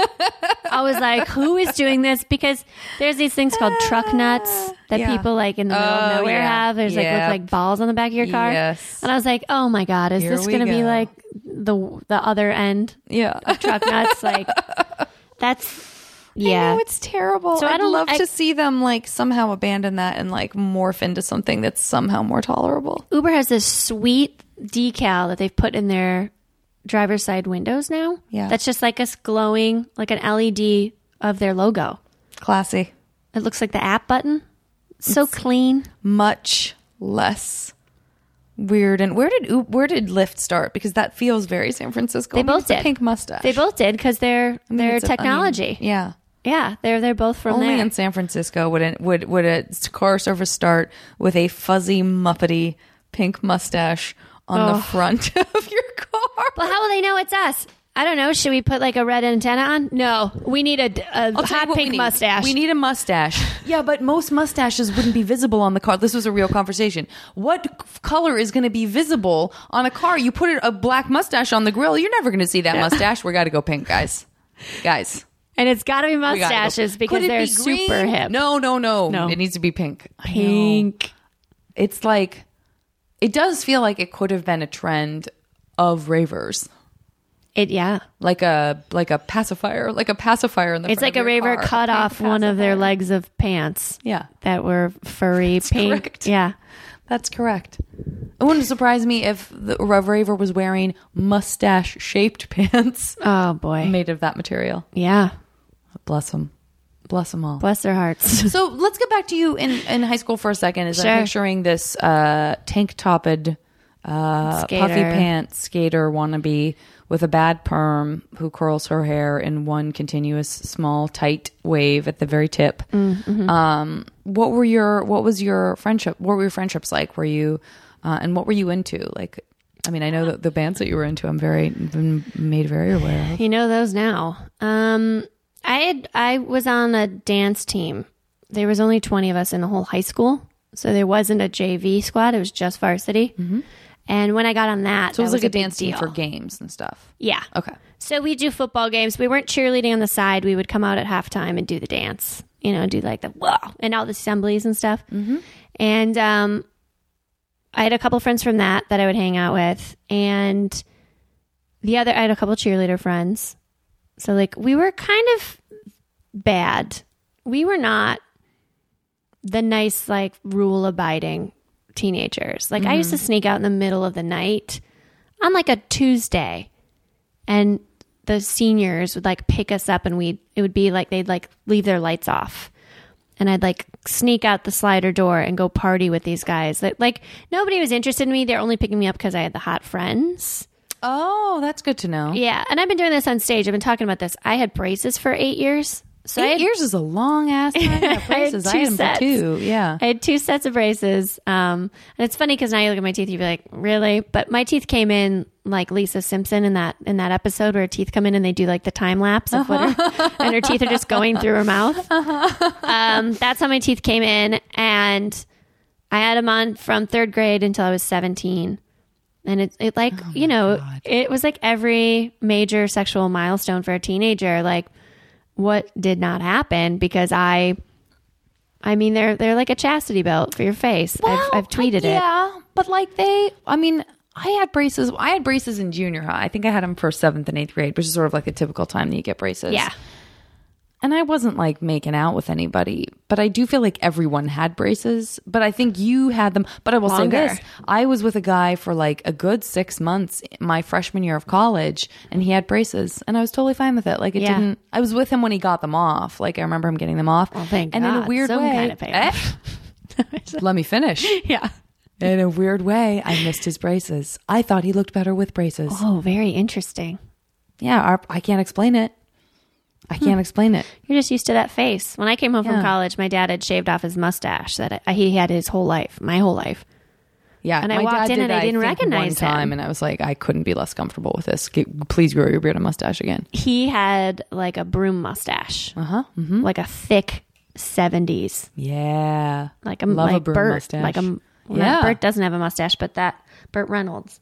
I was like, who is doing this? Because there's these things called truck nuts that Yeah. people like in the middle of Oh, nowhere yeah. have. There's like Yep. look like balls on the back of your car. Yes. And I was like, oh my God, is Here this we gonna be go. like the the other end? Yeah. Truck nuts, like that's yeah. No, Oh, it's terrible. So I I'd don't- love I- to see them like somehow abandon that and like morph into something that's somehow more tolerable. Uber has this sweet decal that they've put in their driver's side windows now. Yeah. That's just like us glowing, like an LED of their logo. Classy. It looks like the app button. So clean. Much less weird. And where did U- where did Lyft start? Because that feels very San Francisco. They I mean, both it's a did. pink mustache. They both did because they're I mean, they're it's a- I mean, technology. yeah. yeah, they're they're both from Only there. in San Francisco would it would would a car service start with a fuzzy muppety pink mustache on the front of your car. well, how will they know it's us? I don't know. Should we put like a red antenna on? No, we need a, a I'll tell you hot what pink we need. mustache. We need a mustache. Yeah, but most mustaches wouldn't be visible on the car. This was a real conversation. What c- color is going to be visible on a car? You put a black mustache on the grill, you're never going to see that mustache. We got to go pink, guys. Guys, and it's got to be we gotta go- mustaches because Could it they're be green? super hip. No, no, no, No. It needs to be pink. I know. pink. It's like it does feel like it could have been a trend of ravers. It yeah. Like a like a pacifier, like a pacifier in the It's like front a of your raver car. cut Pink off one of their pacifier. legs of pants. Yeah. That were furry pink. correct. Yeah. That's correct. It wouldn't surprise me if the Rev Raver was wearing mustache shaped pants Oh boy. made of that material. Yeah. Bless them. Bless them all. Bless their hearts. so let's get back to you in, in high school for a second. Is Sure. I'm picturing this uh, tank topped, uh, puffy Skater. pants skater wannabe with a bad perm who curls her hair in one continuous small tight wave at the very tip. Um, what were your what was your friendship? What were your friendships like? Were you uh, and what were you into? Like, I mean, I know the, the bands that you were into. I'm very been made very aware. of. you know those now. Um I had I was on a dance team. There was only 20 of us in the whole high school. So there wasn't a JV squad, it was just varsity. And when I got on that, Mm-hmm. So it was like a, big dance team deal. for games and stuff. Yeah. Okay. So we do football games. We weren't cheerleading on the side. We would come out at halftime and do the dance, you know, do like the whoa and all the assemblies and stuff. Mm-hmm. And um, I had a couple friends from that that I would hang out with, and the other I had a couple cheerleader friends. So like we were kind of bad. We were not the nice like rule abiding teenagers. Like I used to sneak out in the middle of the night on like a Tuesday and the seniors would like pick us up and we'd it would be like they'd like leave their lights off and i'd like sneak out the slider door and go party with these guys that like nobody was interested in me they're only picking me up because i had the hot friends Oh, that's good to know. yeah and i've been doing this on stage i've been talking about this i had braces for eight years so I Eight had, years is a long ass time. I had braces. I two had 'em sets. for two. Yeah. I had two sets of braces um, and it's funny because now you look at my teeth you'd be like really but my teeth came in like lisa simpson in that in that episode where her teeth come in and they do like the time lapse of what Uh-huh. her, and her teeth are just going through her mouth um, that's how my teeth came in and i had them on from third grade until i was 17 and it, it like you know it was like every major sexual milestone for a teenager like what did not happen because I, I mean, they're they're like a chastity belt for your face. I've, I've tweeted it. Yeah, but like they, I mean, I had braces. I had braces in junior high. I think I had them for seventh and eighth grade, which is sort of like the typical time that you get braces. Yeah. And I wasn't like making out with anybody, but I do feel like everyone had braces. But I think you had them. But I will Longer. say this I was with a guy for like a good six months my freshman year of college, and he had braces, and I was totally fine with it. Like, it Yeah. didn't, I was with him when he got them off. Like, I remember him getting them off. Well, thank and in a God. weird Some way, kind of pain. Eh, let me finish. Yeah. In a weird way, I missed his braces. I thought he looked better with braces. Oh, very interesting. Yeah, our, I can't explain it. I Hmm. can't explain it. You're just used to that face. When I came home Yeah. from college, my dad had shaved off his mustache that I, he had his whole life, my whole life. Yeah, And I my walked in dad did and I that, didn't think, recognize one him. time, and I was like, I couldn't be less comfortable with this. Get- Please grow your beard and mustache again. He had like a broom mustache, uh-huh. like a thick '70s, Yeah, like a Love a like broom Burt, mustache. like a well, Yeah. not- Burt doesn't have a mustache, but that Burt Reynolds.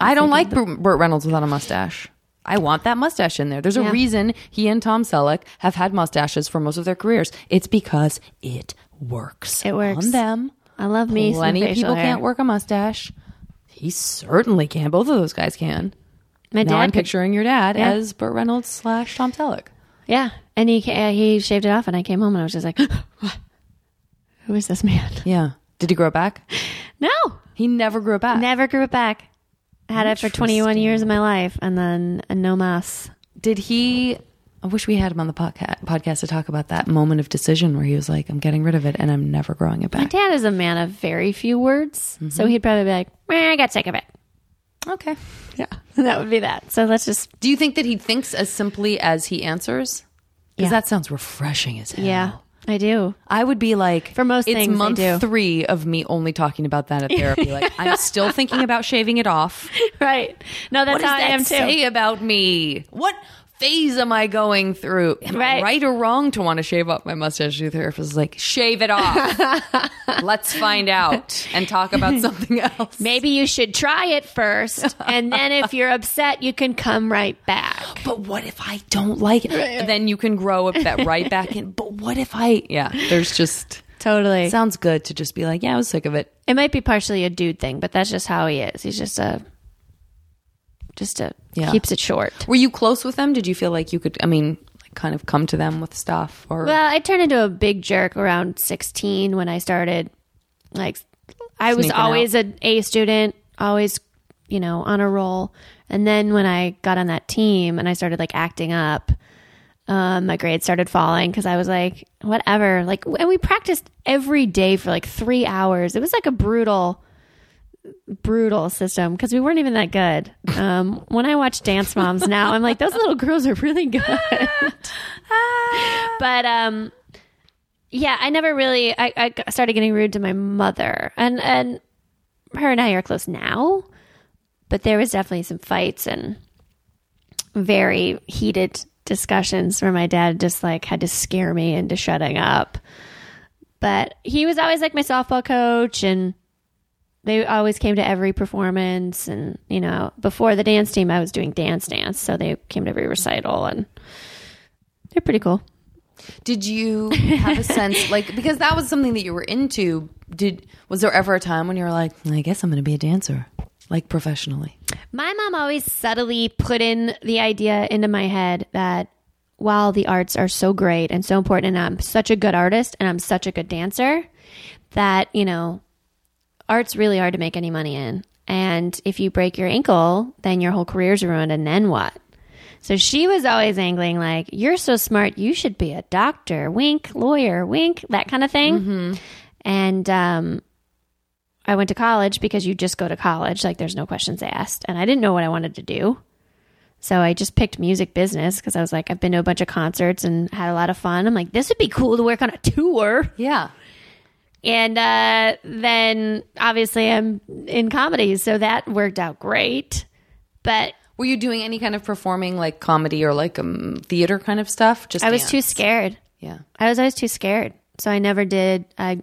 I don't like Burt Burt Reynolds without a mustache. I want that mustache in there. There's a Yeah. reason he and Tom Selleck have had mustaches for most of their careers. It's because it works. It works. on them. I love me. some Plenty of facial people hair. can't work a mustache. He certainly can. Both of those guys can. My now dad I'm could- picturing your dad Yeah. as Burt Reynolds slash Tom Selleck. Yeah, and he ca- he shaved it off, and I came home and I was just like, "What? Who is this man?" Yeah. Did he grow back? No, He never grew back. never grew it back. I had it for 21 years of my life, and then uh, no mas. Did he? I wish we had him on the podca- podcast to talk about that moment of decision where he was like, "I'm getting rid of it and I'm never growing it My back." dad is a man of very few words, Mm-hmm. so he'd probably be like, "Meh, "I got sick of it." Okay. Yeah, that would be that. So let's just Do you think that he thinks as simply as he answers? Because Yeah. that sounds refreshing as hell. yeah, I do. I would be like, For most it's things, they month do. three of me only talking about that at therapy. Like, I'm still thinking about shaving it off. Right? No, that's What does how I that am too. say about me? What phase am I going through? Am I Right. right or wrong to want to shave off my mustache? Your therapist is like, shave it off. Let's find out and talk about something else. Maybe you should try it first, and then if you're upset, you can come right back. But what if I don't like it? Then you can grow up that right back in. But what if I? Yeah, there's just. Totally. Sounds good to just be like, yeah, I was sick of it. It might be partially a dude thing, but that's just how he is. He's just a just a Yeah. keeps it short. Were you close with them? Did you feel like you could? I mean, like kind of come to them with stuff or Well, I turned into a big jerk around 16 when I started like I was Sneaking always an A student, always, you know, on a roll. And then when I got on that team and I started like acting up, um, my grades started falling because I was like, whatever. Like, and we practiced every day for like three hours. It was like a brutal, brutal system because we weren't even that good. Um, when I watch Dance Moms now, I'm like, those little girls are really good. but um, yeah, I never really. I, I g- started getting rude to my mother, and and her and I are close now, but there was definitely some fights and very heated discussions where my dad just like had to scare me into shutting up. But he was always like my softball coach and they always came to every performance and you know, before the dance team I was doing dance dance, so they came to every recital and they're pretty cool. Did you have a sense like because that was something that you were into? Did was there ever a time when you were like, I guess I'm going to be a dancer, like professionally? My mom always subtly put in the idea into my head that while the arts are so great and so important, and I'm such a good artist and I'm such a good dancer, that, you know, art's really hard to make any money in. And if you break your ankle, then your whole career's ruined, and then what? So she was always angling, like, you're so smart, you should be a doctor, wink, lawyer, wink, that kind of thing. And um, I went to college because you just go to college, like there's no questions asked. And I didn't know what I wanted to do. So I just picked music business because I was like, I've been to a bunch of concerts and had a lot of fun. I'm like, this would be cool to work on a tour. Yeah, And uh, then obviously I'm in comedy. So that worked out great. But were you doing any kind of performing, like comedy or like um, theater kind of stuff? Just I was dance? too scared. Yeah, I was always too scared. So I never did. I,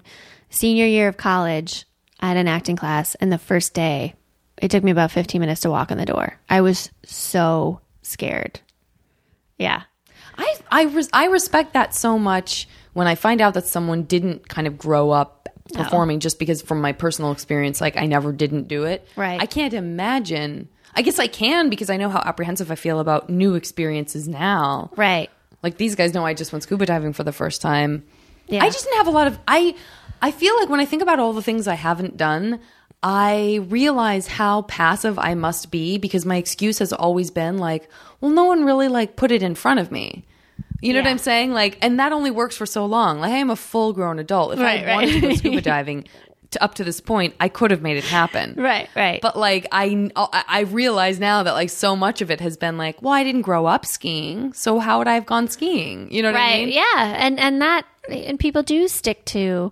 senior year of college, I had an acting class, and the first day, it took me about 15 minutes to walk in the door. I was so scared. Yeah. I I res- I respect that so much when I find out that someone didn't kind of grow up performing just because from my personal experience like I never didn't do it. Right. I can't imagine. I guess I can because I know how apprehensive I feel about new experiences now. Right. Like these guys know I just went scuba diving for the first time. Yeah. I just didn't have a lot of I I feel like when I think about all the things I haven't done, I realize how passive I must be because my excuse has always been like, well no one really like put it in front of me. You know what Yeah. I'm saying? Like and that only works for so long. Like I am a full grown adult. If Right, I wanted to go right. scuba diving to, up to this point, I could have made it happen. Right, right. But like I oh, I I realize now that like so much of it has been like, well, I didn't grow up skiing, so how would I have gone skiing? You know what I right mean? yeah and and that and people do stick to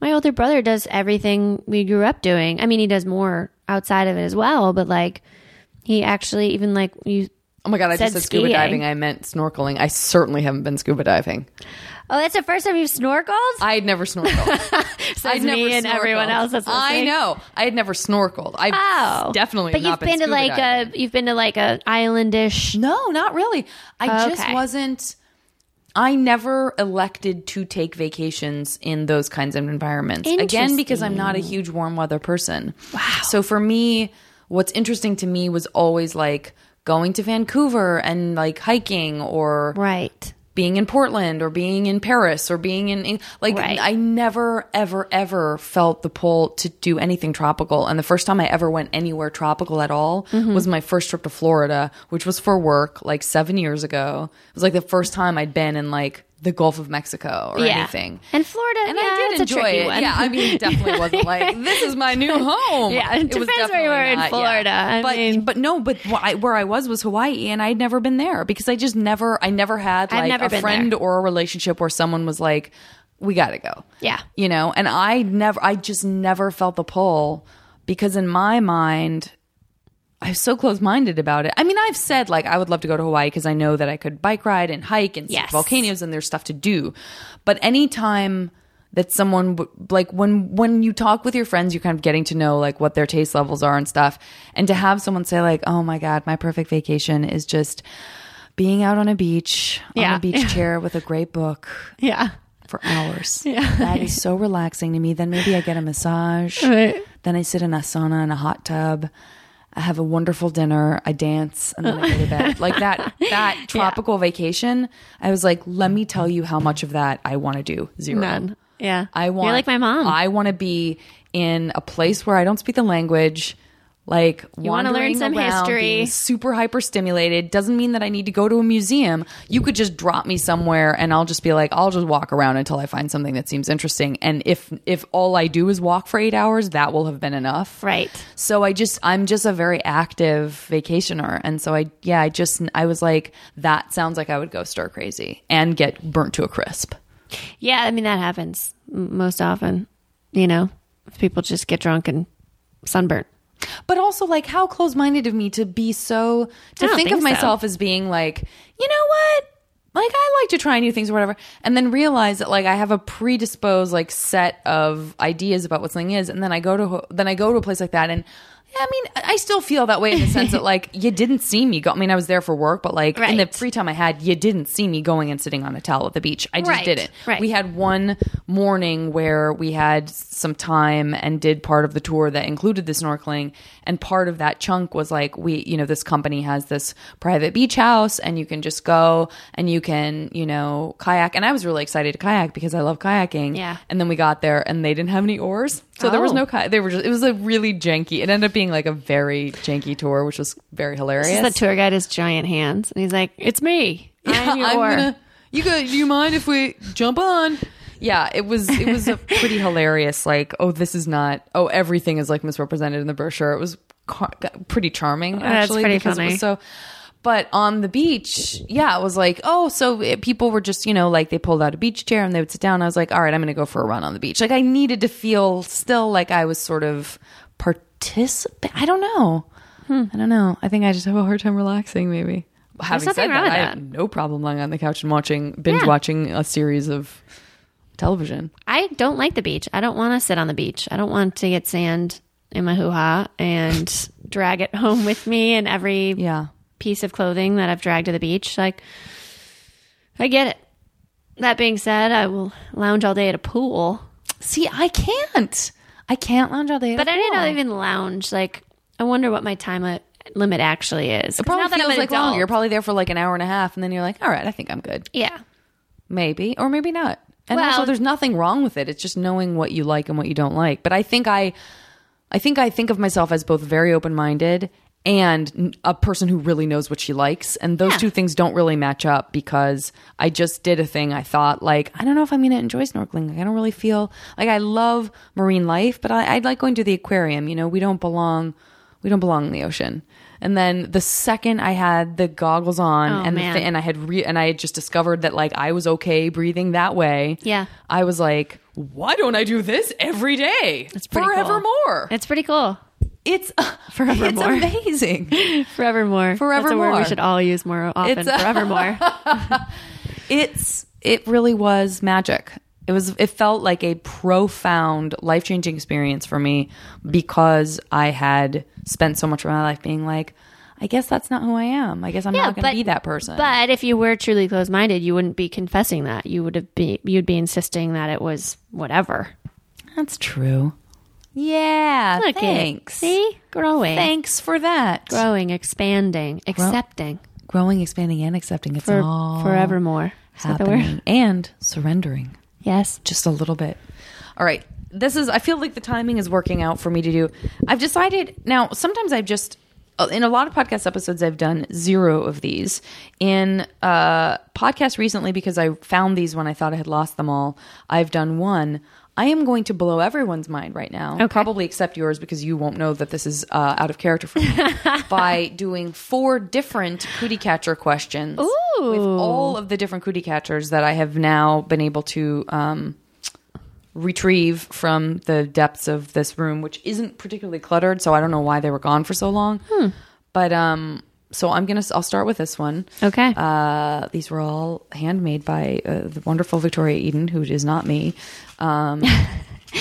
my older brother does everything we grew up doing i mean he does more outside of it as well but like he actually even like you Oh my god, I Said just said scuba skiing. diving. I meant snorkeling. I certainly haven't been scuba diving. oh that's the first time you've snorkeled I had never snorkeled. Says I'd never me and snorkeled. everyone else that's I listening. know. I had never snorkeled. I've oh definitely but not you've been, to scuba like diving. a you've been to like a islandish No, not really. I just Okay. wasn't. I never elected to take vacations in those kinds of environments. Again, because I'm not a huge warm weather person. Wow. So for me, what's interesting to me was always like going to Vancouver and like hiking or right being in Portland or being in Paris or being in, in- like Right. I never ever ever felt the pull to do anything tropical and the first time I ever went anywhere tropical at all Mm-hmm. was my first trip to Florida which was for work like 7 years ago it was like the first time I'd been in like the Gulf of Mexico or yeah anything and florida and yeah, I it's did a enjoy tricky it. one. Yeah, I mean, it definitely wasn't like this is my new home. Yeah, it it depends was where you definitely were in not, yeah. Florida. I but mean- but no, but wh- I- where I was was Hawaii, and I'd never been there because I just never, I never had I've like never a been friend there. or a relationship where someone was like, "We got to go." Yeah. you know, and I never, I just never felt the pull because in my mind, I was so close-minded about it. I mean, I've said like I would love to go to Hawaii because I know that I could bike ride and hike and see Yes. volcanoes and there's stuff to do. But anytime that someone w- like when when you talk with your friends, you're kind of getting to know like what their taste levels are and stuff. And to have someone say like, "Oh my god, my perfect vacation is just being out on a beach on Yeah. a beach chair with a great book." yeah For hours. That is so relaxing to me. Then maybe I get a massage. Then I sit in a sauna in a hot tub. I have a wonderful dinner. I dance and then I go to bed. Like that that tropical vacation. I was like, let me tell you how much of that I want to do. Zero. none yeah I want You're like my mom I want to be in a place where I don't speak the language. Like you wanna learn some history. super hyper stimulated doesn't mean that I need to go to a museum. You could just drop me somewhere, and I'll just be like, I'll just walk around until I find something that seems interesting. And if if all I do is walk for eight hours, that will have been enough. right So I just I'm just a very active vacationer, and so I yeah I just I was like that sounds like I would go stir crazy and get burnt to a crisp. Yeah, I mean that happens m- most often. You know, people just get drunk and sunburn. but also like how close-minded of me to be so to don't think, think of so. myself as being like you know what like i like to try new things or whatever and then realize that like i have a predisposed like set of ideas about what something is and then i go to then i go to a place like that and I mean, I still feel that way in the sense that, like, you didn't see me go. I mean, I was there for work, but like in the Right. free time I had, you didn't see me going and sitting on a towel at the beach. I just Right, didn't. right. We had had one morning where we had some time and did part of the tour that included the snorkeling and part of that chunk was like we you know this company has this private beach house and you can just go and you can you know kayak and i was really excited to kayak because i love kayaking Yeah. and then we got there and they didn't have any oars so there was Oh. no kayak they were just it was a really janky it ended up being like a very janky tour which was very hilarious This is the tour guide has giant hands, and he's like, "It's me. I'm your." I'm gonna- you go. Do you mind if we jump on? Yeah, it was it was a pretty hilarious. Like, oh, this is not. Oh, everything is like misrepresented in the brochure. It was ca- pretty charming actually pretty because it funny. was so. But on the beach, yeah, it was like, oh, so it, people were just, you know, like they pulled out a beach chair and they would sit down. I was like, all right, I'm going to go for a run on the beach. Like I needed to feel still like I was sort of participant. I don't know. I don't know. I think I just have a hard time relaxing. Maybe having nothing said wrong that, with I that. have no problem lying on the couch and watching binge watching a series of television. I don't like the beach. I don't want to sit on the beach. I don't want to get sand in my hoo ha and drag it home with me and every Yeah. piece of clothing that I've dragged to the beach. Like, I get it. That being said, I will lounge all day at a pool. See, I can't. I can't lounge all day. But I do didn't even lounge. Like, I wonder what my time uh, limit actually is. It probably feels like longer. You're probably there for like an hour and a half, and then you're like, all right, I think I'm good. yeah. Maybe or maybe not. And Well- also, there's nothing wrong with it. It's just knowing what you like and what you don't like. But I think I, I think I think of myself as both very open minded and n- a person who really knows what she likes. And those Yeah. two things don't really match up because I just did a thing. I thought like I don't know if I'm going to enjoy snorkeling. Like, I don't really feel like I love marine life, but I, I like going to the aquarium. You know, we don't belong. We don't belong in the ocean. And then the second I had the goggles on Oh, and the man. thi- and I had re- and I had just discovered that like I was okay breathing that way. Yeah. I was like, why don't I do this every day? It's pretty cool. forevermore. It's pretty cool. It's It's Forevermore. amazing. Forevermore. That's a word Forevermore. we should all use more often. It's a- Forevermore. it's it really was magic. It was it felt like a profound life-changing experience for me because I had spent so much of my life being like I guess that's not who I am. I guess I'm not going to be that person. But if you were truly closed minded, you wouldn't be confessing that. You would have be you'd be insisting that it was whatever. that's true. Yeah. Look at- thanks. See? Growing. Thanks for that. Growing, expanding, accepting growing, expanding, and accepting. It's for all forevermore. Is that the word? happening and surrendering Yes. just a little bit. All right. This is, I feel like the timing is working out for me to do. I've decided now, sometimes I've just, uh, in a lot of podcast episodes, I've done zero of these. In uh, podcast recently, because I found these when I thought I had lost them all, I've done one. I am going to blow everyone's mind right now, probably except yours, because you won't know that this is uh, out of character for me, by doing four different cootie catcher questions with all of the different cootie catchers that I have now been able to um, retrieve from the depths of this room, which isn't particularly cluttered. So I don't know why they were gone for so long. Hmm. But um, so I'm gonna I'll start with this one. Okay. Uh, these were all handmade by uh, the wonderful Victoria Eden, who is not me. Um,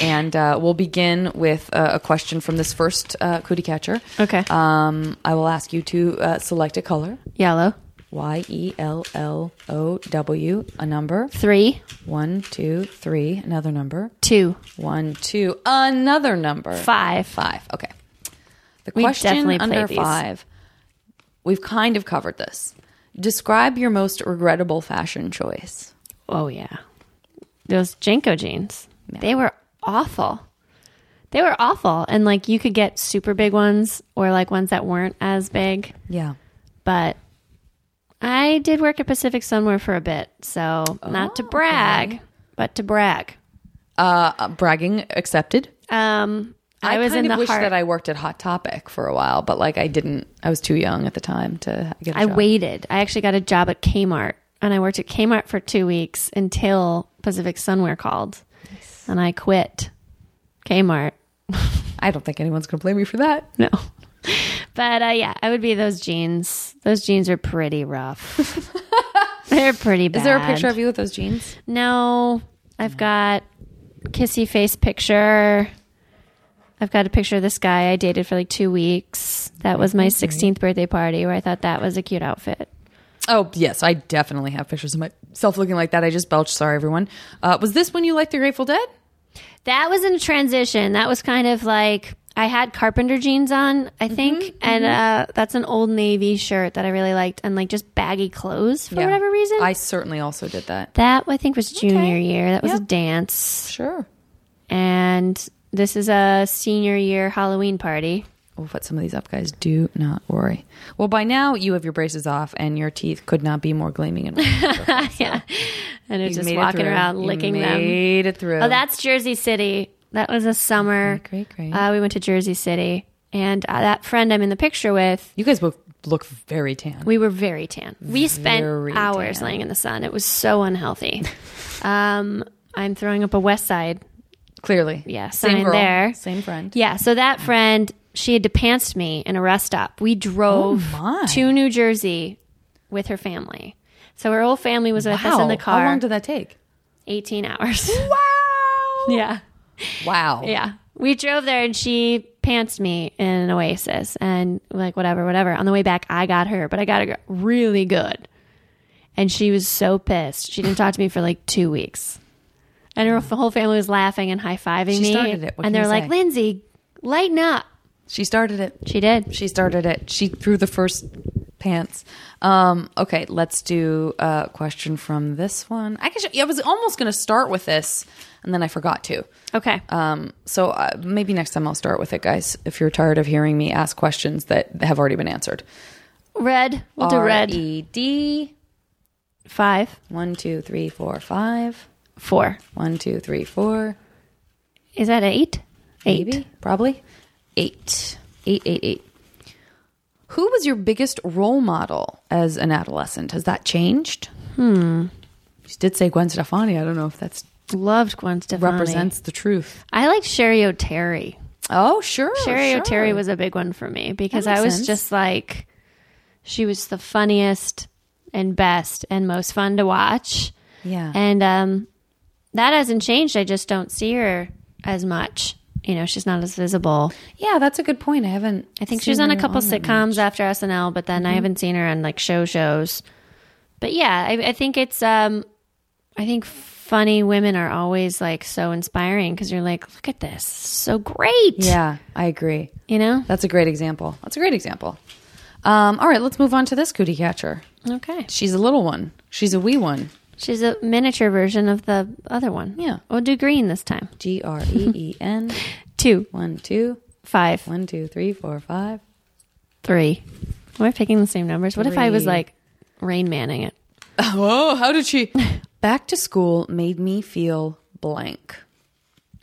and uh, we'll begin with uh, a question from this first uh, cootie catcher. Okay. Um, I will ask you to uh, select a color. Yellow. Y E L L O W, a number. Three, One, two, three, another number. two, One, two, another number. five. Five. Okay. The We question definitely played under these. five. We've kind of covered this. Describe your most regrettable fashion choice. Oh yeah. Those Jenko jeans. They were awful. They were awful. And like you could get super big ones or like ones that weren't as big. Yeah. but I did work at Pacific Sunwear for a bit, so not Oh, to brag, but to brag. Uh, bragging accepted. Um, I, was kind in of the wish heart. that I, I worked at Hot Topic for a while, but like I didn't. I was too young at the time to get. a job. waited. I actually got a job at Kmart, and I worked at Kmart for two weeks until Pacific Sunwear called, and I quit Kmart. I don't think anyone's gonna blame me for that. No. But uh, yeah, I would be those jeans. Those jeans are pretty rough. They're pretty bad. Is there a picture of you with those jeans? No, I've got kissy face picture. I've got a picture of this guy I dated for like two weeks. That was my 16th birthday party where I thought that was a cute outfit. Oh yes, I definitely have pictures of myself looking like that. I just belched. Sorry, everyone. Uh, was this when you liked the Grateful Dead? That was in a transition. That was kind of like I had carpenter jeans on, Mm-hmm, I think, and uh, that's an old navy shirt that I really liked, and like just baggy clothes for Yeah. whatever reason. I certainly also did that. that I think was junior Okay. year. That was a Yep. dance. Sure. and this is a senior year Halloween party. We'll put Oh, some of these up, guys. Do not worry. Well, by now you have your braces off, and your teeth could not be more gleaming and white. And it was You just made it walking through. around You licking them. made it through. Oh, that's Jersey City. That was a summer. Great, great, great. Uh, we went to Jersey City, and uh, that friend I'm in the picture with, you guys both look very tan. we were very tan. We spent Very hours tan. laying in the sun. It was so unhealthy. um, I'm throwing up a West Side. Clearly, Yeah, Same sign girl, there. same friend. Yeah, so that friend, she had depanced me in a rest stop. We drove Oh, my. to New Jersey with her family. So her whole family was with us in the car. How long did that take? 18 hours. Wow. yeah. Wow. Yeah. We drove there and she pantsed me in an oasis and like whatever, whatever. On the way back, I got her, but I got her really good. and she was so pissed. She didn't talk to me for like two weeks, and her f- whole family was laughing and high fiving She me. started it. What can and they're you like, say? "Lindsay, lighten up." She started it. She did. She started it. She threw the first pants. Um, okay, let's do a question from this one. I guess I was almost going to start with this, and then I forgot to. Okay. Um, so uh, maybe next time I'll start with it, guys. If you're tired of hearing me ask questions that have already been answered, red. We'll do red. E. R-E-D. Five, One, two, three, four, five. four. One, two, three, four. Is that eight? Eight. Maybe, probably eight, eight, eight, eight. Who was your biggest role model as an adolescent? Has that changed? Hmm. You did say Gwen Stefani. I don't know if that Loved Gwen Stefani. represents the truth. I like Sherry O'Terry. Oh, sure. Sherry sure. O'Terry was a big one for me because That makes I was sense. just like, she was the funniest and best and most fun to watch. Yeah. And um, that hasn't changed. I just don't see her as much. You know, she's not as visible. yeah, that's a good point. I haven't. I think seen she was on a her couple that sitcoms much. after SNL, but Mm-hmm. then I haven't seen her on like show shows. But yeah, I, I think it's um, I think funny women are always like so inspiring because you're like, look at this, so great. Yeah, I agree. you know. That's a great example. That's a great example. Um, all right, let's move on to this cootie catcher. Okay, She's a little one. She's a wee one. she's a miniature version of the other one. Yeah. we'll do green this time. G R E E N. Two, One, two, five, one, two, three, four, five. three. Am I picking the same numbers? What if I was Three. like Rain Manning it? Oh, how did she? Back to school made me feel blank.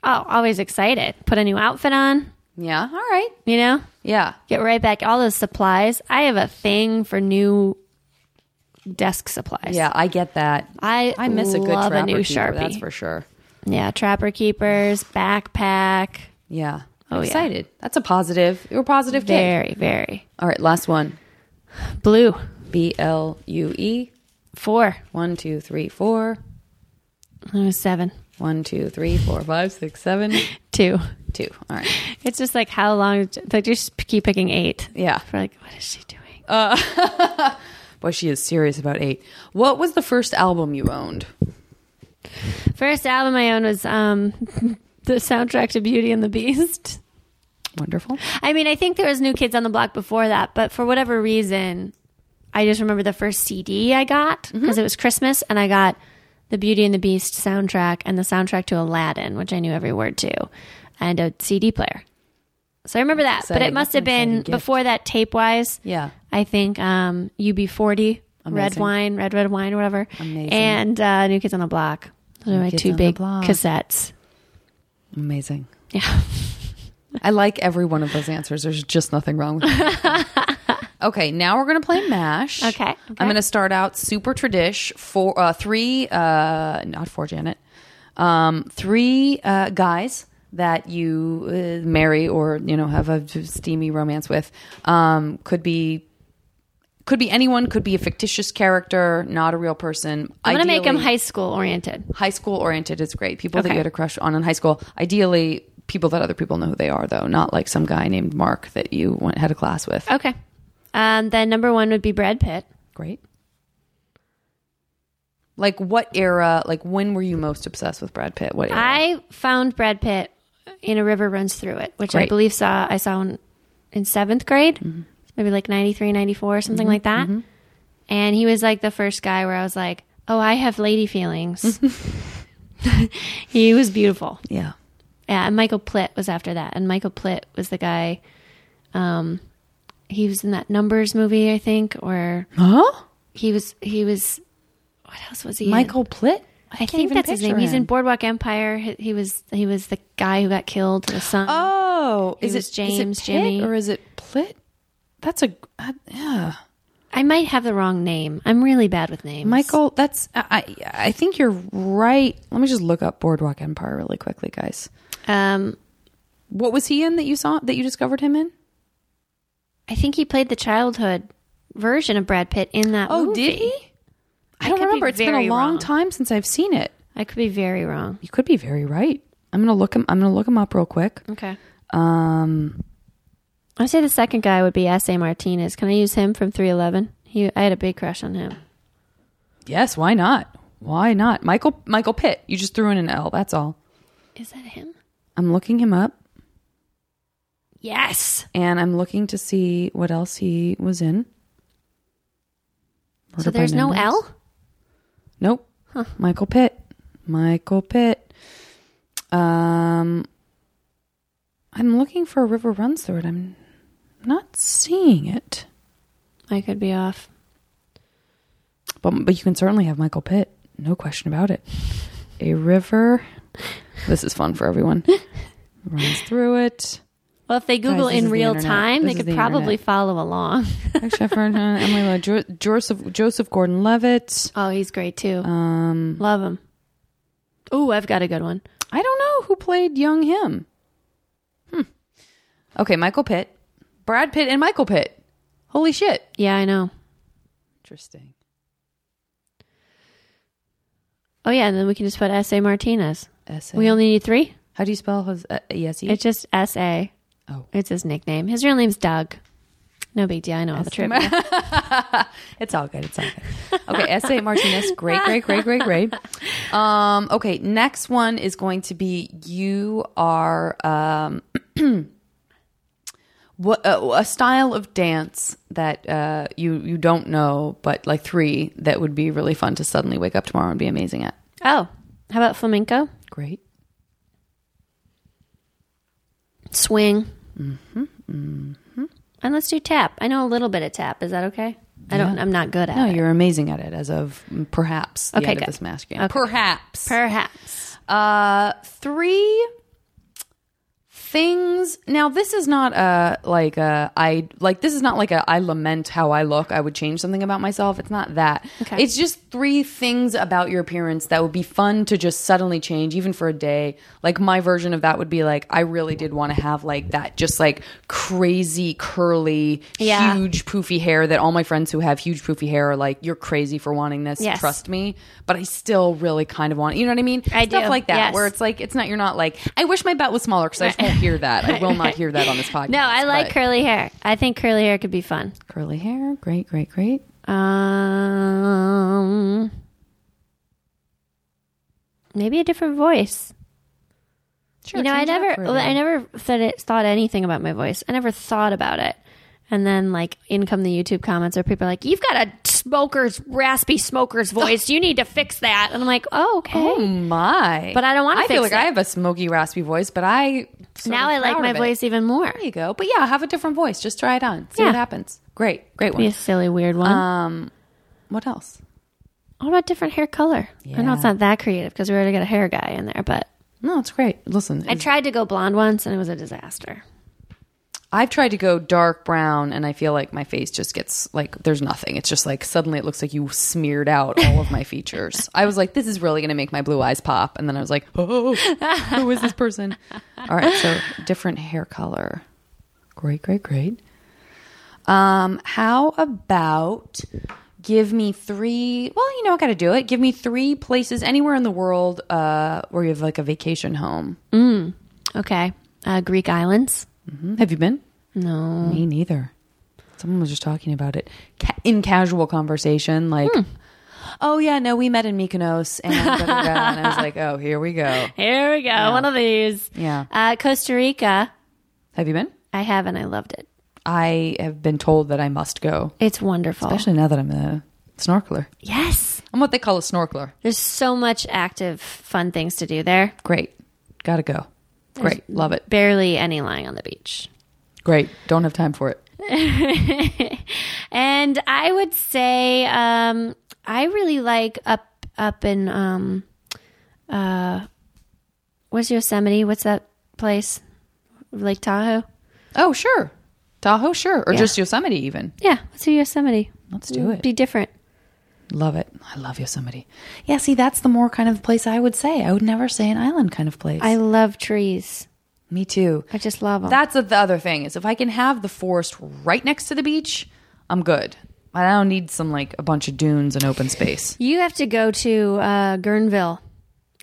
Oh, always excited. Put a new outfit on. Yeah, all right. You know, Yeah. get right back all those supplies. I have a thing for new desk supplies. Yeah, I get that. I I miss a good love trapper a new keeper, sharpie. that's for sure. yeah, trapper keepers, backpack. Yeah. Oh, yeah. Excited. That's a positive. You're a positive day. Very, very All right, last one. blue. B L U E. Four. One, two, three, four. Oh, seven. One, two, three, four, five, six, seven, Two. two. All right. It's just like how long? Like you just keep picking eight. Yeah. For like, what is she doing? Oh. Boy, she is serious about eight. What was the first album you owned? First album I owned was um, the soundtrack to Beauty and the Beast. Wonderful. I mean, I think there was New Kids on the Block before that, but for whatever reason, I just remember the first CD I got Mm-hmm. because it was Christmas, and I got the Beauty and the Beast soundtrack and the soundtrack to Aladdin, which I knew every word to, and a CD player. So I remember that, but exciting. it must That's have an exciting been gift. before that tape wise. Yeah. I think um, UB40, Red Amazing. Wine, Red Red Wine, whatever, Amazing. and uh, New Kids on the Block. Those are my Kids two on the big Block. cassettes. Amazing. Yeah. I like every one of those answers. There's just nothing wrong with it. okay, now we're going to play MASH. Okay, okay. I'm going to start out super tradish for uh, three, uh, not four, Janet, um, three uh, guys that you uh, marry or, you know, have a steamy romance with. Um, could be. Could be anyone. Could be a fictitious character, not a real person. I'm gonna make them Ideally- high school oriented. high school oriented is great. People that Okay. you had a crush on in high school, ideally people that other people know who they are, though, not like some guy named Mark that you went had a class with. Okay. Um, then number one would be Brad Pitt. Great. Like what era? Like when were you most obsessed with Brad Pitt? What era? I found Brad Pitt in A River Runs Through It, which I Great. Mm-hmm. believe saw I saw in, in seventh grade, maybe like 93, 94, something like that. And he was like the first guy where I was like, oh, I have lady feelings. Mm-hmm. he was beautiful. yeah. Yeah, and Michael Plitt was after that. And Michael Plitt was the guy, um, he was in that Numbers movie, I think, or Huh? he was, he was, what else was he in? Michael Plitt. I think even that's his name. picture He's in him. Boardwalk Empire. He, he was he was the guy who got killed. The son. Oh, He is was it James, is it Pitt Jimmy. or is it Plitt? That's a uh, yeah. I might have the wrong name. I'm really bad with names. Michael, that's I. I- I think you're right. Let me just look up Boardwalk Empire really quickly, guys. Um, What was he in that you saw that you discovered him in? I think he played the childhood version of Brad Pitt in that. Oh, movie. did he? I, I don't could be remember. It's been a very long wrong. time since I've seen it. I could be very wrong. You could be very right. I'm gonna look him. I'm gonna look him up real quick. Okay. Um, I say the second guy would be S. A. Martinez. Can I use him from 311? He, I had a big crush on him. Yes, why not? Why not? Michael Michael Pitt. You just threw in an L. That's all. Is that him? I'm looking him up Yes. and I'm looking to see what else he was in. so Murder by there's no Numbers. L? Nope. Michael Pitt. Michael Pitt. Um, I'm looking for a river runs through it. I'm not seeing it, I could be off. but but you can certainly have Michael Pitt. No question about it. A river. This is fun for everyone. runs through it. Well, if they Google this is in the real internet. time, This they is could the probably internet. follow along. Mike Shepard, uh, Emily Lo, jo- Joseph Joseph Gordon-Levitt. oh, he's great too. Um, Love him. Oh, I've got a good one. I don't know who played young him. Hmm. Okay, Michael Pitt, Brad Pitt, and Michael Pitt. Holy shit! Yeah, I know. Interesting. Oh, yeah, and then we can just put S.A. Martinez. S. We only need three? How do you spell his? Uh, yes, It's just S.A. Oh. It's his nickname. His real name's Doug. No big deal. I know all the trivia. It's all good. It's all good. Okay, S. A. Martinez. Great, great, great, great, great. Um, okay, next one is going to be you are um, what uh, a style of dance that uh, you you don't know, but like three that would be really fun to suddenly wake up tomorrow and be amazing at. Oh, how about flamenco? Great. Swing. Mm-hmm. Mm-hmm. mm-hmm. And let's do tap. I know a little bit of tap. Is that okay? I don't. I'm not good at No, it. you're amazing at it. As of mm, perhaps the Okay, end good. of this mask game. Okay. Perhaps. Perhaps. Uh, three things. Now, this is not a like a I like this is not like a I lament how I look. I would change something about myself. It's not that. Okay. It's just three things about your appearance that would be fun to just suddenly change, even for a day. Like my version of that would be like I really did want to have like that just like crazy curly Yeah. huge poofy hair that all my friends who have huge poofy hair are like you're crazy for wanting this Yes. trust me but i still really kind of want you know what i mean I stuff do. like that Yes. where it's like it's not you're not like I wish my butt was smaller because I just won't hear that. I will not hear that on this podcast. No, I like but- curly hair. I think curly hair could be fun. curly hair. Great, great, great. Um, maybe a different voice. Sure, you know, I change it up never, for well, I everyone. never thought it, thought anything about my voice. I never thought about it. And then, like, in come the YouTube comments, or people are like, "You've got a smoker's raspy smoker's voice. You need to fix that." And I'm like, "Oh, okay." Oh my! But I don't wanna I feel fix like I it. have a smoky, raspy voice, but I sort now of I like proud my of it. voice even more. There you go. But yeah, have a different voice. Just try it on. See Yeah. what happens. Great, great Be a one. silly, weird one. What else? What about different hair color? I know Yeah. it's not that creative because we already got a hair guy in there, but No, it's great. Listen, I tried to go blonde once and it was a disaster. I've tried to go dark brown, and I feel like my face just gets like there's nothing. It's just like suddenly it looks like you smeared out all of my features. I was like, this is really going to make my blue eyes pop, and then I was like, oh, who is this person? All right, so different hair color. Great, great, great. Um, how about give me three? Well, you know, I got to do it. Give me three places anywhere in the world uh, where you have like a vacation home. Okay. Uh, Greek islands. Hmm, Have you been? No. Me neither. Someone was just talking about it ca- in casual conversation, like, "Oh yeah, no, we met in Mykonos," and, da, da, da," and I was like, "Oh, here we go." Here we go. One of these. Yeah. Uh, Costa Rica. Have you been? I have and I loved it. I have been told that I must go, It's wonderful. especially now that I'm a snorkeler. Yes. I'm what they call a snorkeler. There's so much active, fun things to do there. Great, gotta go. Great, love it. Barely any lying on the beach. Great, don't have time for it. And I would say um, I really like up up in um, uh, what's Yosemite? What's that place? Lake Tahoe. Oh sure, Tahoe, sure, or just Yosemite even. Yeah, let's do Yosemite. Let's do it. Be different. Love it. I love Yosemite. Yeah, see, that's the more kind of place I would say. I would never say an island kind of place. I love trees. Me too. I just love them. That's the other thing is if I can have the forest right next to the beach, I'm good. I don't need some like a bunch of dunes and open space. you have to go to uh, Guerneville.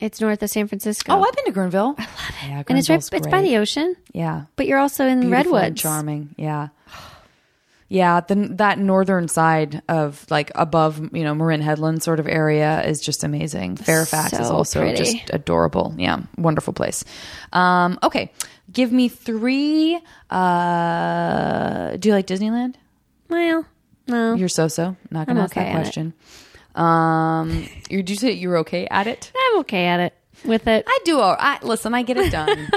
It's north of San Francisco. Oh, I've been to Grenville. I love it. Yeah, and it's right. Grenville's It's by great. the ocean, yeah, but you're also in Beautiful and redwoods. charming. Yeah, Yeah, then that northern side of like above, you know, Marin Headland sort of area is just amazing. Fairfax So is also pretty. just adorable. Yeah, wonderful place. Um, okay, give me three. Uh, do you like Disneyland? Well, no. You're so so. Not gonna I'm ask okay that at it. question. Um, you do say you're okay at it. I'm okay at it with it. I do. All right. Listen, I get it done.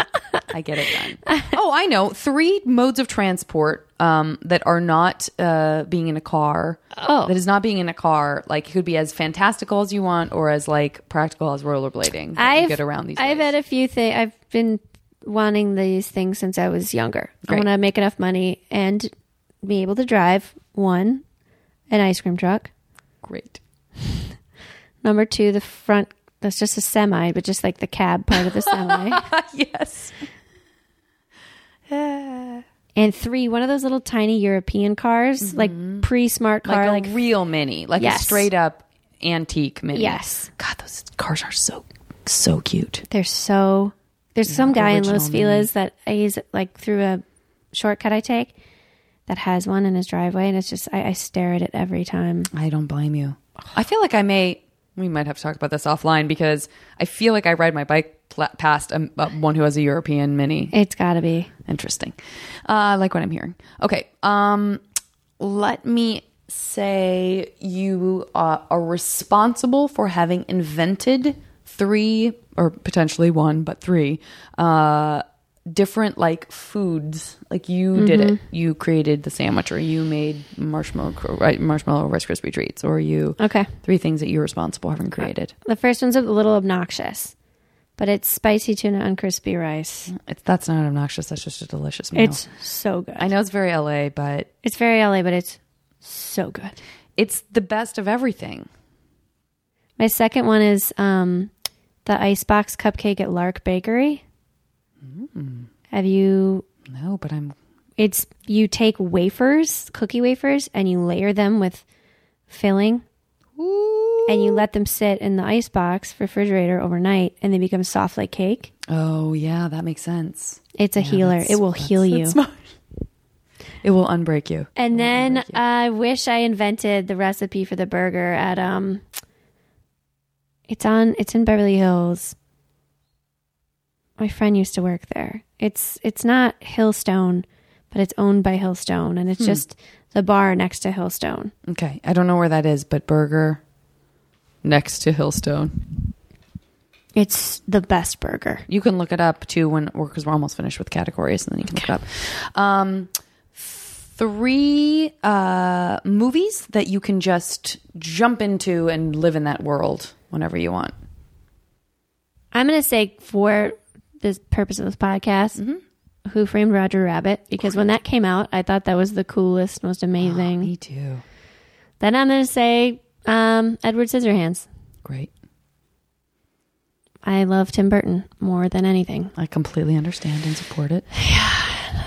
I get it done. Oh, I know. Three modes of transport um, that are not uh, being in a car. Oh. That is not being in a car. Like, it could be as fantastical as you want or as, like, practical as rollerblading. that you I've get around these I've ways. had a few things. I've been wanting these things since I was younger. I Great. want to make enough money and be able to drive one, an ice cream truck. Great. Number two, the front. That's just a semi, but just like the cab part of the semi. yes. and three, one of those little tiny European cars, like pre-smart car, Mm-hmm. Like, like, a real mini. Like Yes. a straight-up antique mini. yes, God, those cars are so, so cute. they're so. There's some guy in Los original name. Feliz that he's like through a shortcut I take that has one in his driveway, and it's just I, I stare at it every time. I don't blame you. I feel like I may. We might have to talk about this offline because I feel like I ride my bike pla past a, a- one who has a European Mini. It's got to be. Interesting. Uh, I like what I'm hearing. Okay. Um, let me say you uh, are responsible for having invented three or potentially one, but three uh, different like foods. Like you did it. You created the sandwich, or you made marshmallow cr- right, marshmallow Rice Krispie treats, or you Okay. three things that you're responsible for having created. The first one's a little obnoxious, but it's spicy tuna and crispy rice. It's that's not obnoxious. That's just a delicious meal. It's so good. I know it's very LA, but It's very LA, but it's so good. it's the best of everything. My second one is um, the icebox cupcake at Lark Bakery. Mm. Have you? No, but I'm It's you take wafers, cookie wafers, and you layer them with filling, and you let them sit in the icebox refrigerator overnight, and they become soft like cake. Oh yeah, that makes sense. It's a healer. It will heal you. It will unbreak you. And then I wish I invented the recipe for the burger at um it's on it's in Beverly Hills. My friend used to work there. It's it's not Hillstone, but it's owned by Hillstone and it's just the bar next to Hillstone. Okay, I don't know where that is, but burger next to Hillstone. It's the best burger. You can look it up too when because we're almost finished with categories, and then you can look it up. Um, three uh, movies that you can just jump into and live in that world whenever you want. I'm going to say for the purpose of this podcast, Who Framed Roger Rabbit because when that came out, I thought that was the coolest, most amazing. Me too. Then I'm going to say um, Edward Scissorhands. Great. I love Tim Burton more than anything. I completely understand and support it.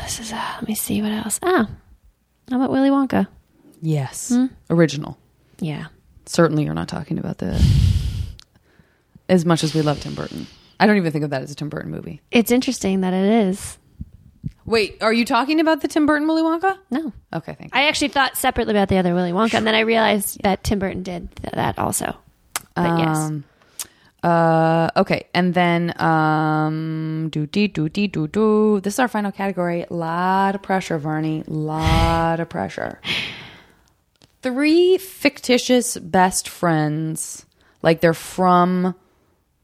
This is, uh, let me see what else. Ah, how about Willy Wonka? Yes. Hmm? Original. Yeah. certainly you're not talking about the as much as we love Tim Burton. I don't even think of that as a Tim Burton movie. It's interesting that it is. Wait, are you talking about the Tim Burton Willy Wonka? No. Okay, thank you. I actually thought separately about the other Willy Wonka, and then I realized that Tim Burton did th- that also. But yes. Um, uh, okay, and then um, do dee do dee do do. This is our final category. Lot of pressure, Varney. Lot of pressure. Three fictitious best friends, like they're from.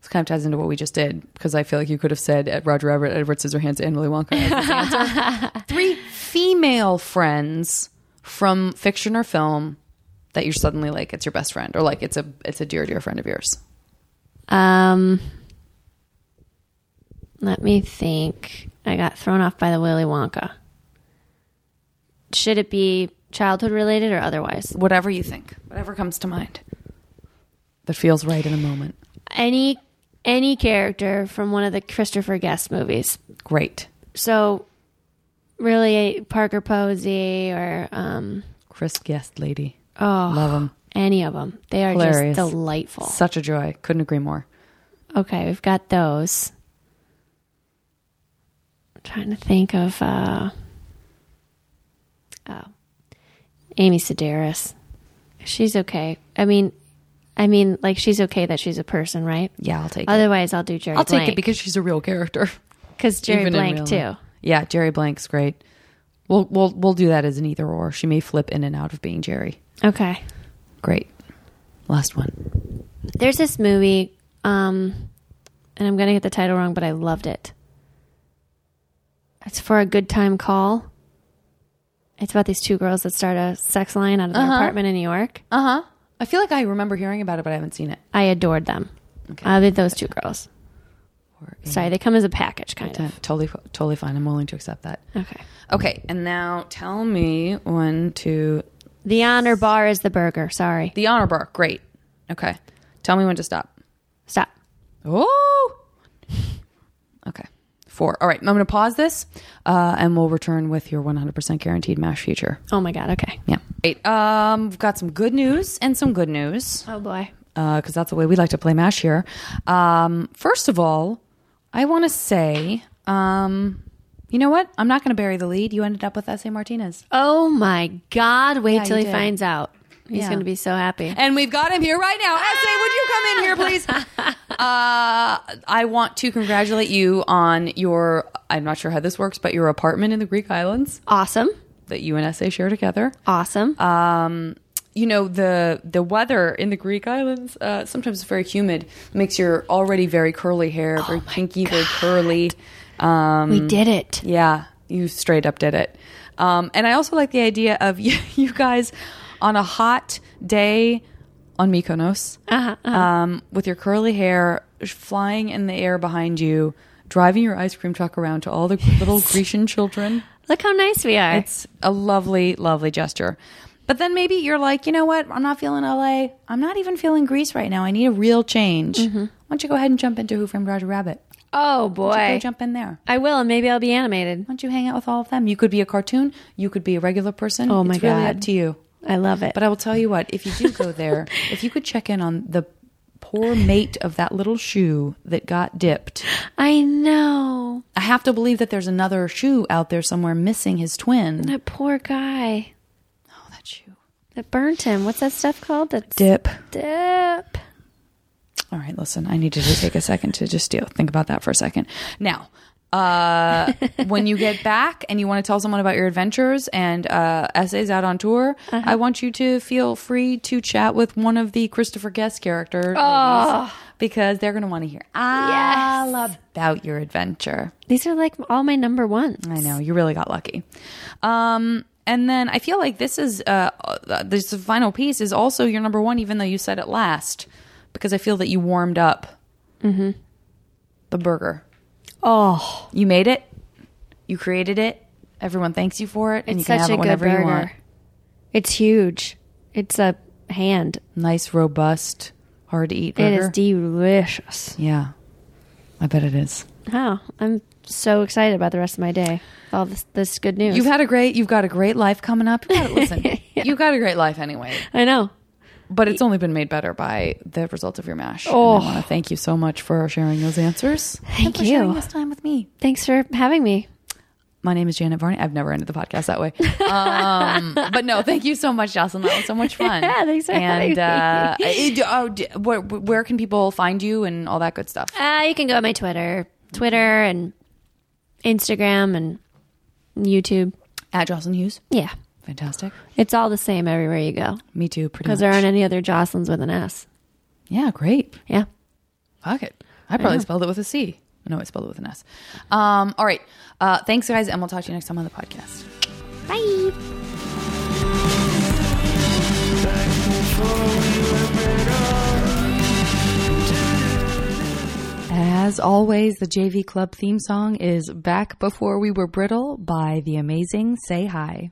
This kind of ties into what we just did because I feel like you could have said at Roger Everett, Edward Scissorhands, and Willy Wonka. as his answer. Three female friends from fiction or film that you're suddenly like it's your best friend or like it's a it's a dear dear friend of yours. Um, let me think. I got thrown off by the Willy Wonka. Should it be childhood related or otherwise? Whatever you think, whatever comes to mind that feels right in the moment. Any any character from one of the Christopher Guest movies. Great, so really Parker Posey or um Chris Guest lady, oh love him, any of them they are Hilarious. just delightful such a joy. Couldn't agree more. okay we've got those I'm trying to think of uh oh Amy Sedaris. She's okay. I mean, I mean, like she's okay that she's a person, right? Yeah, I'll take it. Otherwise, I'll do Jerry. I'll take Blank it because she's a real character. because Jerry Even in Blank real too. life. Yeah, Jerry Blank's great. We'll we'll we'll do that as an either or. She may flip in and out of being Jerry. Okay. Great. Last one. There's this movie, um, and I'm gonna get the title wrong, but I loved it. It's for a good time call. It's about these two girls that start a sex line out of Uh-huh. their apartment in New York. Uh huh. I feel like I remember hearing about it, but I haven't seen it. I adored them. I loved those two girls. Sorry, they come as a package, kind Uh, of. Totally, totally fine. I'm willing to accept that. Okay. Okay, and now tell me one, two, The honor bar is the burger. Sorry. the honor bar. Great. Okay, tell me when to stop. Stop. Oh. Okay. Four. All right. I'm going to pause this, uh, and we'll return with your 100% guaranteed mash feature. Oh my god. Okay. Yeah. Great. Um, we've got some good news and some good news Oh boy. because that's the way we like to play mash here. Um, first of all, I want to say, um, you know what? I'm not going to bury the lead. You ended up with S.A. Martinez. Oh my god. Wait till you he did. finds out. He's Yeah. going to be so happy. And we've got him here right now. Essay, would you come in here, please? Uh, I want to congratulate you on your, I'm not sure how this works, but your apartment in the Greek islands Awesome. that you and Essay share together. Awesome. You know, the, the weather in the Greek islands, uh, sometimes it's very humid, makes your already very curly hair very pinky, very curly. we Um, did it. Yeah, you straight up did it. Um, and I also like the idea of you, you guys on a hot day on Mykonos Um, with your curly hair flying in the air behind you, driving your ice cream truck around to all the little Grecian children. Look how nice we are. It's a lovely, lovely gesture. But then maybe you're like, you know what? I'm not feeling LA. I'm not even feeling Greece right now. I need a real change. Why don't you go ahead and jump into Who Framed Roger Rabbit? oh Go boy. jump in there. I will, and maybe I'll be animated. Why don't you hang out with all of them? You could be a cartoon. You could be a regular person. Oh, my it's really God. up to you. I love it. But I will tell you what: if you do go there, if you could check in on the poor mate of that little shoe that got dipped, I know I have to believe that there's another shoe out there somewhere missing his twin. that poor guy Oh, that shoe that burnt him. What's that stuff called? That dip. dip. All right, listen, I needed to take a second to just deal. Think about that for a second. Now, uh, when you get back and you want to tell someone about your adventures and uh, essays out on tour, I want you to feel free to chat with one of the Christopher Guest characters because they're going to want to hear all about your adventure. These are like all my number ones. I know you really got lucky. Um, and then I feel like this is uh, uh, this final piece is also your number one, even though you said it last, because I feel that you warmed up the burger. Mm-hmm. Oh, You made it. You created it. Everyone thanks you for it, and you it's can such have a it good whenever you want. burger. It's huge. It's a hand. Nice, robust, hard to eat burger. It is delicious. yeah, I bet it is. Oh, I'm so excited about the rest of my day. All this, this good news. You've had a great. You've got a great life coming up. You gotta, listen, you got a great life anyway. I know. But it's only been made better by the results of your mash. And Oh. I want to thank you so much for sharing those answers. and Thank for sharing you. this time with me. Thanks for having me. My name is Janet Varney. I've never ended the podcast that way. Um, but no, thank you so much, Jocelyn. That was so much fun. Yeah, thanks for and, having uh, it- oh, d- where, where can people find you and all that good stuff? Uh, you can go on my Twitter, Twitter and Instagram and YouTube. At Jocelyn Hughes. Yeah, Fantastic. it's all the same everywhere you go Me too, pretty much. because there aren't any other Jocelyn's with an S. yeah, great. Yeah. Fuck it. I probably spelled it with a C. No, I spelled it with an S. Um, all right. Uh, thanks, guys, and we'll talk to you next time on the podcast. Bye. As always, the JV Club theme song is Back Before We Were Brittle by the amazing Say Hi.